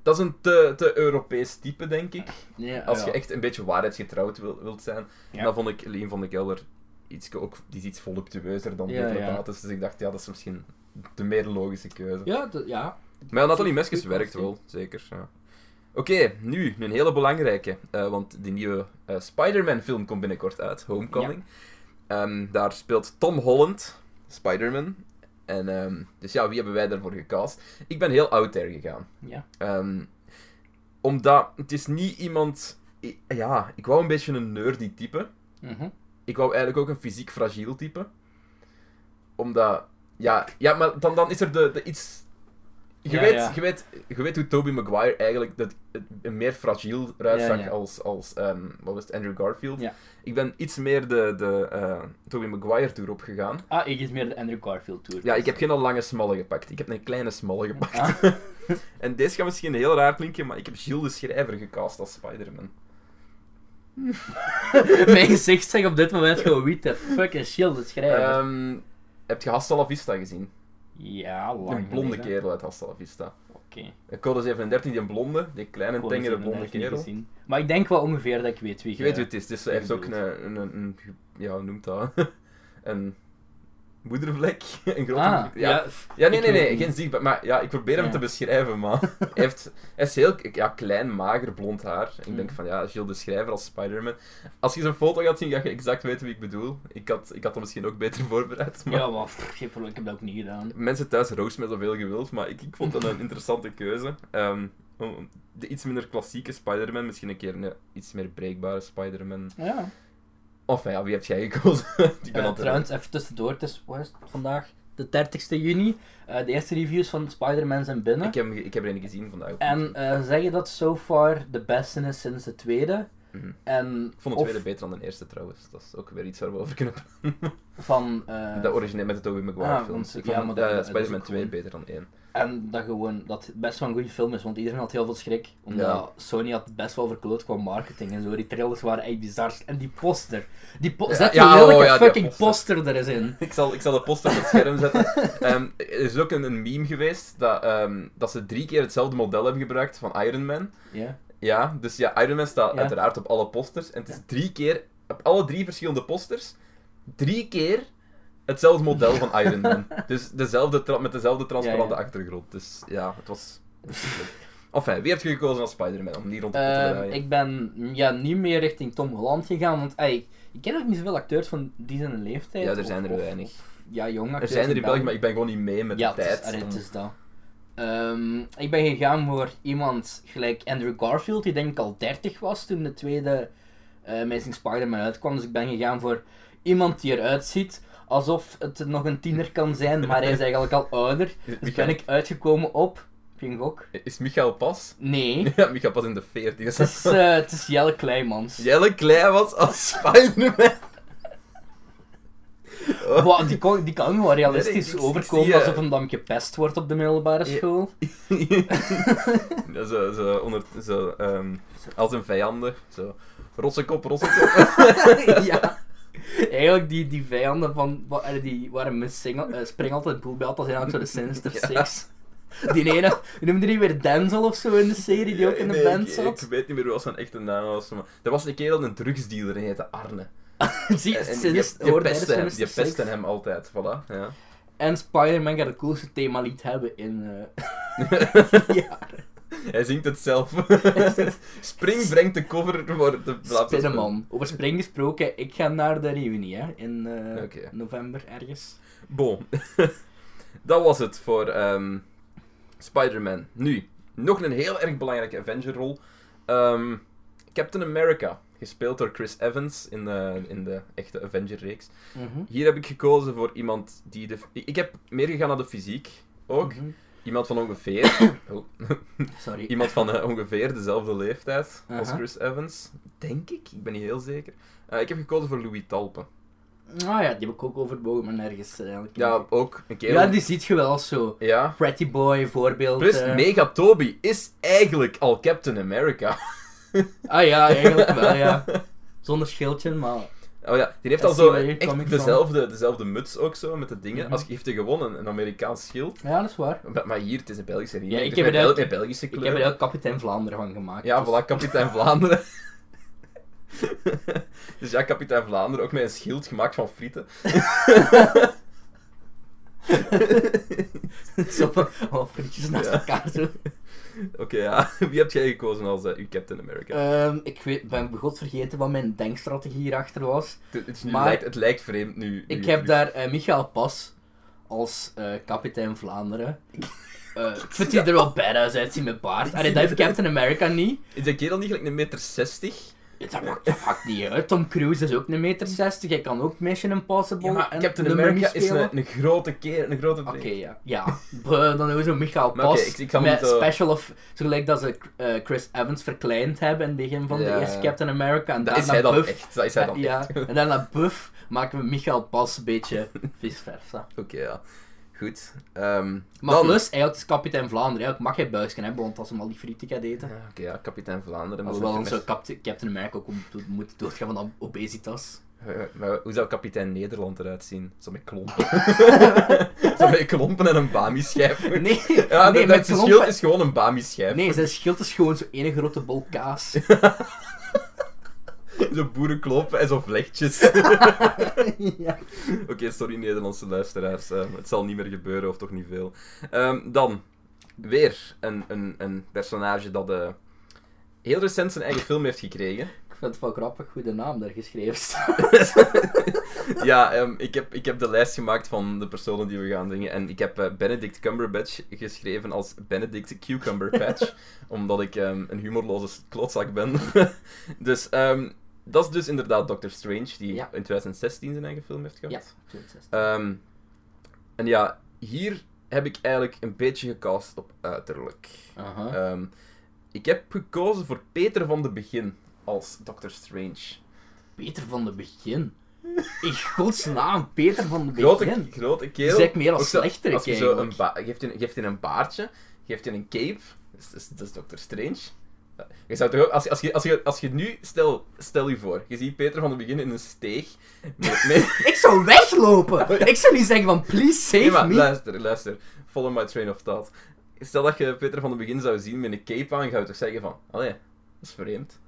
Speaker 1: dat is een te, te Europees type, denk ik.
Speaker 2: Ja,
Speaker 1: Als
Speaker 2: ja.
Speaker 1: je echt een beetje waarheidsgetrouwd wil, wilt zijn,
Speaker 2: Ja.
Speaker 1: dan vond ik Leen van de Kelder iets, ook, die is iets voluptueuzer dan
Speaker 2: Ja,
Speaker 1: Peter
Speaker 2: ja.
Speaker 1: Bates. Dus ik dacht, ja, dat is misschien de meer logische keuze.
Speaker 2: Ja, dat- ja.
Speaker 1: Maar ja, Nathalie Meskes
Speaker 2: Goed
Speaker 1: werkt
Speaker 2: casting.
Speaker 1: wel, zeker. Ja. Oké, nu een hele belangrijke, eh, want die nieuwe eh, Spider-Man film komt binnenkort uit, Homecoming. Ehm, daar speelt Tom Holland, Spider-Man. En, ehm, dus ja, wie hebben wij daarvoor gecast? Ik ben heel out there gegaan.
Speaker 2: ja.
Speaker 1: Ehm, omdat het is niet iemand. i- Ja, ik wou een beetje een nerdy type.
Speaker 2: Mhm.
Speaker 1: Ik wou eigenlijk ook een fysiek fragiel type. Omdat. Ja, ja maar dan, dan is er de, de iets. Je,
Speaker 2: Ja,
Speaker 1: weet,
Speaker 2: ja.
Speaker 1: Je, weet, je weet hoe Tobey Maguire eigenlijk dat, het, een meer fragiel eruit
Speaker 2: Ja,
Speaker 1: zag
Speaker 2: ja.
Speaker 1: als, als ehm, wat was het, Andrew Garfield.
Speaker 2: Ja.
Speaker 1: Ik ben iets meer de, de eh Tobey Maguire tour opgegaan.
Speaker 2: Ah, ik is meer de Andrew Garfield tour.
Speaker 1: Ja, ik heb geen lange smalle gepakt. Ik heb een kleine smalle gepakt.
Speaker 2: Ah,
Speaker 1: En deze gaat misschien heel raar klinken, maar ik heb Gilles de Schrijver gecast als Spider-Man.
Speaker 2: mijn gezicht zegt op dit moment gewoon: wie de fuck is Shield de schrijver?
Speaker 1: Ehm, heb je Hasta La Vista gezien?
Speaker 2: ja, lang.
Speaker 1: Een blonde
Speaker 2: geleden.
Speaker 1: kerel uit Hasta La Vista.
Speaker 2: Oké. Ik
Speaker 1: Eh, Code 37, die blonde, die kleine
Speaker 2: hoor,
Speaker 1: tengere
Speaker 2: ik heb hem
Speaker 1: blonde
Speaker 2: net niet
Speaker 1: kerel.
Speaker 2: gezien. Maar ik denk wel ongeveer dat ik weet wie
Speaker 1: Je weet
Speaker 2: jij-
Speaker 1: wie het is, dus hij heeft ook
Speaker 2: bedoelt.
Speaker 1: een, een, een, een- ja, hoe noemt dat? een moedervlek. Een grote
Speaker 2: ah,
Speaker 1: moedervlek.
Speaker 2: ja.
Speaker 1: Ja. Ja, nee,
Speaker 2: Ik
Speaker 1: nee,
Speaker 2: weet
Speaker 1: nee,
Speaker 2: niet.
Speaker 1: geen zichtbaar. Maar ja, ik probeer hem
Speaker 2: Ja.
Speaker 1: te beschrijven, maar hij, heeft, hij is heel ja, klein, mager, blond haar. Ik denk
Speaker 2: Mm.
Speaker 1: van, ja, Gilles de Schrijver als Spider-Man. Als je zijn foto gaat zien, ga je exact weten wie ik bedoel. Ik had, ik had hem misschien ook beter voorbereid, maar...
Speaker 2: Ja, maar pff, geen probleem, ik heb dat ook niet gedaan.
Speaker 1: Mensen thuis roosten me zoveel gewild, maar ik, ik vond dat een interessante keuze. Ehm, om- de iets minder klassieke Spider-Man, misschien een keer een iets meer breekbare Spider-Man.
Speaker 2: Ja.
Speaker 1: Of ja, wie heb jij gekozen? ik ben
Speaker 2: Eh,
Speaker 1: altijd-
Speaker 2: trouwens, even tussendoor, het is, wat is het vandaag? De 30ste juni. Eh, de eerste reviews van Spider-Man zijn binnen.
Speaker 1: Ik heb, hem ge- ik heb er een gezien vandaag.
Speaker 2: En eh, zeggen dat so far de beste is sinds de tweede.
Speaker 1: Mhm.
Speaker 2: En
Speaker 1: Ik vond de
Speaker 2: of
Speaker 1: tweede beter dan de eerste trouwens. Dat is ook weer iets waar we over kunnen praten.
Speaker 2: van... eh,
Speaker 1: Dat origineel met de Tobey Maguire
Speaker 2: Ah,
Speaker 1: films.
Speaker 2: want-
Speaker 1: Ik vond
Speaker 2: ja, maar dat-
Speaker 1: eh,
Speaker 2: dat is
Speaker 1: Spider-Man
Speaker 2: ook
Speaker 1: 2
Speaker 2: gewoon-
Speaker 1: beter dan 1.
Speaker 2: En dat gewoon, dat het best wel een goede film is, want iedereen had heel veel schrik. Omdat
Speaker 1: Ja.
Speaker 2: Sony had best wel verkloot qua marketing en zo. Die trailers waren echt bizar. En die poster. Die po-
Speaker 1: Ja,
Speaker 2: Zet
Speaker 1: ja,
Speaker 2: je welke
Speaker 1: oh ja, die
Speaker 2: fucking
Speaker 1: poster.
Speaker 2: poster. er is in.
Speaker 1: Ik zal, ik zal de poster op het scherm zetten. Ehm, er is ook een, een meme geweest dat, ehm, dat ze drie keer hetzelfde model hebben gebruikt van Iron Man.
Speaker 2: Ja.
Speaker 1: Ja, dus ja, Iron Man staat
Speaker 2: Ja.
Speaker 1: uiteraard op alle posters. En het is drie keer, op alle drie verschillende posters, drie keer hetzelfde model van Iron Man. Dus dezelfde tra- met dezelfde transparante
Speaker 2: Ja,
Speaker 1: achtergrond. Dus ja, het was... Enfin, wie heb je gekozen als Spider-Man? Om niet rond de pot te
Speaker 2: Ehm,
Speaker 1: draaien.
Speaker 2: ik ben ja, niet meer richting Tom Holland gegaan, want ey, ik ken ook niet zoveel acteurs van die zijn leeftijd.
Speaker 1: Ja, er
Speaker 2: of-
Speaker 1: zijn er
Speaker 2: of-
Speaker 1: weinig.
Speaker 2: of- ja, jonge
Speaker 1: Er
Speaker 2: acteurs.
Speaker 1: zijn er in België, maar ik ben gewoon niet mee met
Speaker 2: Ja,
Speaker 1: de
Speaker 2: het is,
Speaker 1: tijd.
Speaker 2: allee, het
Speaker 1: om-
Speaker 2: is dat. Ehm, ik ben gegaan voor iemand gelijk Andrew Garfield, die denk ik al 30 was toen de tweede eh Amazing Spider-Man uitkwam. Dus ik ben gegaan voor iemand die eruit ziet alsof het nog een tiener kan zijn, maar hij is eigenlijk al ouder. Dus
Speaker 1: Michael-
Speaker 2: ben ik uitgekomen op, vind ik ook.
Speaker 1: Is Michael pas?
Speaker 2: Nee,
Speaker 1: Ja, Michael pas in de 40.
Speaker 2: het is, eh, het is Jelle Kleimans.
Speaker 1: Jelle Klein was als Spider-Man. Oh.
Speaker 2: Wow, die, kon- die kan wel
Speaker 1: Nee, ik-
Speaker 2: realistisch
Speaker 1: ik- ik
Speaker 2: overkomen
Speaker 1: zie, eh,
Speaker 2: alsof hem dan gepest wordt op de middelbare
Speaker 1: Ja.
Speaker 2: school.
Speaker 1: Ja, zo, zo, onder, zo, ehm, als een vijanden. Zo, rotsekop, rotsekop.
Speaker 2: ja. Eigenlijk die, die vijanden van, wa- eh, die waren Miss Single, eh, Spring altijd Boelbelt, dat zijn eigenlijk zo de Sinister Six. Die ene, noemde die weer Denzel of zo in de serie, die ook in de
Speaker 1: Nee,
Speaker 2: band
Speaker 1: ik- Ik,
Speaker 2: zat.
Speaker 1: weet niet meer wat zijn echte naam was. Maar er was een kerel, een drugsdealer, en die heette Arne.
Speaker 2: Zie,
Speaker 1: En- en die-
Speaker 2: Sinister,
Speaker 1: die
Speaker 2: hoor, daar is
Speaker 1: pestte hem,
Speaker 2: Sinister
Speaker 1: die pestte
Speaker 2: Six.
Speaker 1: hem altijd, voilà. Ja.
Speaker 2: En Spider-Man gaat het coolste themalied hebben in... eh, ja,
Speaker 1: Hij zingt het zelf. Spring brengt de cover voor de plaatsen.
Speaker 2: Spiderman. Over Spring gesproken, ik ga naar de reunie hè, in eh,
Speaker 1: Oké.
Speaker 2: november ergens.
Speaker 1: Bon. dat was het voor ehm, Spider-Man. Nu, nog een heel erg belangrijke Avenger-rol. Ehm, Captain America, gespeeld door Chris Evans in de, in de echte Avenger-reeks.
Speaker 2: Mhm.
Speaker 1: Hier heb ik gekozen voor iemand die de... Ik ik heb meer gegaan naar de fysiek, ook.
Speaker 2: Mhm.
Speaker 1: Iemand van ongeveer... Oh.
Speaker 2: Sorry.
Speaker 1: iemand van eh, ongeveer dezelfde leeftijd als
Speaker 2: Aha.
Speaker 1: Chris Evans. Denk ik, ik ben niet heel zeker. Eh, ik heb gekozen voor Louis Talpe.
Speaker 2: Ah ja, die heb ik ook overwogen, maar nergens eh, eigenlijk.
Speaker 1: Ja, ook een kerel...
Speaker 2: ja, die ziet je wel zo.
Speaker 1: ja.
Speaker 2: Pretty Boy voorbeeld.
Speaker 1: Plus,
Speaker 2: eh.
Speaker 1: Mega Toby is eigenlijk al Captain America.
Speaker 2: Ah ja, eigenlijk wel, ja. Zonder schildje, maar...
Speaker 1: Oh ja, die heeft
Speaker 2: Dat
Speaker 1: al
Speaker 2: zie
Speaker 1: zo
Speaker 2: waar je coming
Speaker 1: echt dezelfde, dezelfde muts ook zo, met de dingen.
Speaker 2: Mhm.
Speaker 1: Als je heeft hij gewoon een, een Amerikaans schild.
Speaker 2: Ja, dat is waar.
Speaker 1: Maar, maar hier, het is een Belgische regio.
Speaker 2: Ja, ik
Speaker 1: Het
Speaker 2: heb
Speaker 1: is
Speaker 2: er
Speaker 1: met,
Speaker 2: ook-
Speaker 1: Bel- met Belgische
Speaker 2: Ik
Speaker 1: kleuren.
Speaker 2: heb er ook kapitein Vlaanderen van gemaakt.
Speaker 1: Ja,
Speaker 2: dus-
Speaker 1: voilà, kapitein Vlaanderen. dus ja, kapitein Vlaanderen, ook met een schild gemaakt van frieten.
Speaker 2: Zo van, oh, frietjes naast
Speaker 1: Ja.
Speaker 2: elkaar zo.
Speaker 1: Oké, ja. Wie heb jij gekozen als eh, uw Captain America?
Speaker 2: Ehm, ik weet, ben begot vergeten wat mijn denkstrategie hierachter was.
Speaker 1: het, het, is nu
Speaker 2: maar-
Speaker 1: lijkt, het lijkt vreemd nu. nu
Speaker 2: Ik
Speaker 1: je terug-
Speaker 2: heb daar eh, Michael Pas als eh, kapitein Vlaanderen. Eh, ik vind die er wel badass uitzien met baard. Allee, dat heeft Captain America niet.
Speaker 1: Is die kerel niet gelijk een meter zestig?
Speaker 2: Ja, Dat maakt, dat maakt niet uit. Tom Cruise is ook een meter zestig. Hij kan ook Mission Impossible
Speaker 1: Ja, maar
Speaker 2: en
Speaker 1: Captain
Speaker 2: de Mummy
Speaker 1: America is
Speaker 2: spelen.
Speaker 1: een, een grote keer, een grote
Speaker 2: Oké,
Speaker 1: ding.
Speaker 2: ja. Ja, Bruh, dan hebben we zo'n Michael
Speaker 1: Maar
Speaker 2: Pas
Speaker 1: oké, ik- ik zal
Speaker 2: met
Speaker 1: niet, eh,
Speaker 2: special of... Zo gelijk dat ze eh, Chris Evans verkleind hebben in het begin van
Speaker 1: Ja,
Speaker 2: de eerste
Speaker 1: ja.
Speaker 2: Captain America. En
Speaker 1: Dat
Speaker 2: daarna
Speaker 1: is hij dan
Speaker 2: Buff.
Speaker 1: echt. Dat is hij dan
Speaker 2: ja,
Speaker 1: echt.
Speaker 2: en daarna Buff maken we Michael Pas een beetje vice versa.
Speaker 1: Oké, ja. Goed. Ehm
Speaker 2: Maar
Speaker 1: dan...
Speaker 2: plus, eigenlijk is kapitein Vlaanderen. Eigenlijk mag hij buisken hebben, want als hem al die frieten gaat eten.
Speaker 1: Ja, Oké, ja, kapitein Vlaanderen.
Speaker 2: Alhoewel
Speaker 1: dat is
Speaker 2: onze
Speaker 1: een
Speaker 2: Captain, Captain America ook moet- moet doodgaan van obesitas.
Speaker 1: vermes- Eh, maar hoe zou kapitein Nederland eruit zien? Zo met klompen. Zo met klompen en een bami-schijf.
Speaker 2: Nee,
Speaker 1: Ja,
Speaker 2: nee,
Speaker 1: dat-
Speaker 2: met
Speaker 1: dat zijn
Speaker 2: klompen-
Speaker 1: schild is gewoon een bami-schijf.
Speaker 2: Nee, zijn schild is gewoon zo'n ene grote bol kaas.
Speaker 1: Zo boerenklopen en zo vlechtjes.
Speaker 2: ja.
Speaker 1: Oké, sorry Nederlandse luisteraars. eh, het zal niet meer gebeuren, of toch niet veel. Ehm, dan, weer een, een, een personage dat eh, heel recent zijn eigen film heeft gekregen.
Speaker 2: Ik vind het wel grappig hoe de naam daar geschreven staat.
Speaker 1: ja, ehm, ik, heb, ik heb de lijst gemaakt van de personen die we gaan zingen. En ik heb eh, Benedict Cumberbatch geschreven als Benedict Cucumber Patch. omdat ik ehm, een humorloze s- klootzak ben. dus ehm, dat is dus inderdaad Doctor Strange, die
Speaker 2: Ja.
Speaker 1: in 2016 zijn eigen film heeft
Speaker 2: Ja,
Speaker 1: gehad.
Speaker 2: 2016.
Speaker 1: Ehm, en ja, hier heb ik eigenlijk een beetje gecast op uiterlijk.
Speaker 2: Aha.
Speaker 1: Ehm, ik heb gekozen voor Peter van de Begin als Doctor Strange.
Speaker 2: Peter van de Begin. In godsnaam, Peter van de
Speaker 1: Grote,
Speaker 2: Begin.
Speaker 1: grote kerel.
Speaker 2: Die zegt meer als
Speaker 1: Ook zo-
Speaker 2: slechterik,
Speaker 1: als je zo een
Speaker 2: eigenlijk.
Speaker 1: ba- geeft, hij, geeft hij een baardje, geeft hij een cape. Dat is, dat is, dat is Doctor Strange. Ja, Je zou toch ook, als, je- als, je, als, je, als je nu, stel, stel je voor, je ziet Peter van de Begin in een steeg. Met, met,
Speaker 2: Ik zou weglopen! Ik zou niet zeggen van, please save
Speaker 1: Nee, maar
Speaker 2: me.
Speaker 1: luister, luister. Follow my train of thought. Stel dat je Peter van de Begin zou zien met een cape aan, ga je toch zeggen van... Allee, dat is vreemd.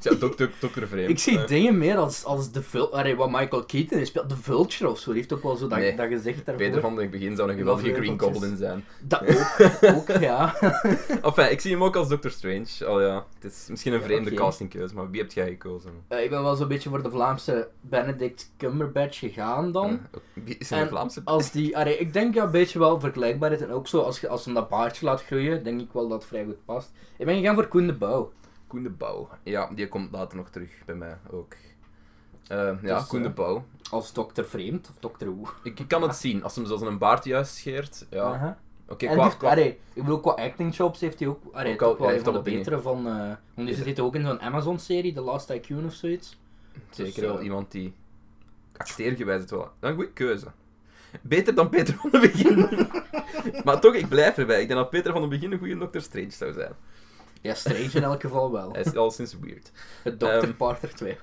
Speaker 1: ja, dokter, dokter vreemd.
Speaker 2: Ik zie
Speaker 1: Eh,
Speaker 2: dingen meer als, als de vul... Allee, wat Michael Keaton is speelt. De Vulture of zo. Die heeft ook wel zo dat,
Speaker 1: Nee.
Speaker 2: dat gezicht daarvoor.
Speaker 1: Peter van de Begin zou een
Speaker 2: Wat
Speaker 1: geweldige Green
Speaker 2: vreemdeltjes.
Speaker 1: Goblin zijn.
Speaker 2: Dat ook, ook, ja.
Speaker 1: Enfin, ik zie hem ook als Doctor Strange. Al ja, het is misschien een
Speaker 2: Ja,
Speaker 1: vreemde
Speaker 2: oké.
Speaker 1: castingkeuze, maar wie heb jij gekozen?
Speaker 2: Eh, ik ben wel zo'n beetje voor de Vlaamse Benedict Cumberbatch gegaan dan.
Speaker 1: Eh, Wie is hij een
Speaker 2: En
Speaker 1: Vlaamse?
Speaker 2: Als die, allee, ik denk ja, een beetje wel vergelijkbaar is. En ook zo, als je als hem dat baardje laat groeien, denk ik wel dat het vrij goed past. Ik ben gegaan voor Koen de Bouw.
Speaker 1: Koen de Bouw. Ja, die komt later nog terug bij mij ook. Eh, ja,
Speaker 2: Dus,
Speaker 1: Koen de
Speaker 2: eh,
Speaker 1: Bouw.
Speaker 2: Als dokter Vreemd of dokter Hoe.
Speaker 1: Ik, ik kan het zien, als hem zo een baard juist scheert. Ja.
Speaker 2: Aha.
Speaker 1: Oké,
Speaker 2: en
Speaker 1: qua,
Speaker 2: heeft-
Speaker 1: qua
Speaker 2: allee, ik bedoel, qua acting jobs heeft hij ook, allee,
Speaker 1: Ook
Speaker 2: toch
Speaker 1: al-
Speaker 2: wel
Speaker 1: hij
Speaker 2: een
Speaker 1: heeft
Speaker 2: van de
Speaker 1: al wat dingen.
Speaker 2: betere van... eh want die
Speaker 1: Is-
Speaker 2: zit ook in zo'n Amazon-serie, The Last Tycoon of zoiets.
Speaker 1: Zeker
Speaker 2: Dus,
Speaker 1: wel
Speaker 2: eh,
Speaker 1: iemand die acteergewijs het wel. Een goede keuze. Beter dan Peter van de Begin. maar toch, ik blijf erbij. Ik denk dat Peter van de Begin een goede Doctor Strange zou zijn.
Speaker 2: Ja, Strange in elk geval wel.
Speaker 1: Hij is al sinds weird.
Speaker 2: Het Dr.
Speaker 1: Ehm.
Speaker 2: Parter 2.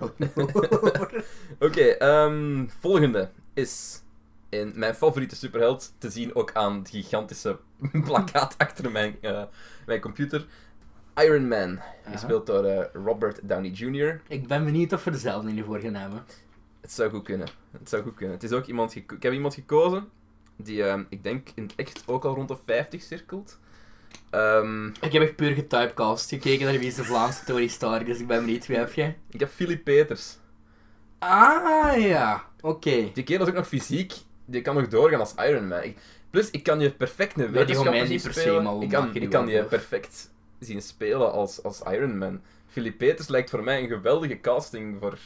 Speaker 1: Oké, ehm, volgende is in mijn favoriete superheld te zien ook aan het gigantische plakkaat achter mijn, eh, mijn computer. Iron Man, gespeeld door eh, Robert Downey Jr.
Speaker 2: Ik ben benieuwd of we dezelfde hiervoor gaan hebben.
Speaker 1: Het zou goed kunnen. Het zou goed kunnen. Het is ook iemand geko- ik heb iemand gekozen die ehm, ik denk in het echt ook al rond de 50 cirkelt. Ehm,
Speaker 2: Ik heb echt puur getypecast, gekeken naar wie is de Vlaamse Tony Stark, dus ik ben benieuwd wie heb jij.
Speaker 1: ik heb Philip Peters.
Speaker 2: Ah ja, oké.
Speaker 1: Die kerel is ook nog fysiek. Die kan nog doorgaan als Iron Man. Ik- plus, ik kan je perfect een
Speaker 2: Bij die
Speaker 1: wetenschapper
Speaker 2: Romein
Speaker 1: zien
Speaker 2: niet per se,
Speaker 1: spelen.
Speaker 2: maar we
Speaker 1: ik
Speaker 2: maken
Speaker 1: kan,
Speaker 2: die
Speaker 1: ik kan
Speaker 2: wel
Speaker 1: je
Speaker 2: af.
Speaker 1: perfect zien spelen als, als Iron Man. Philip Peters lijkt voor mij een geweldige casting voor...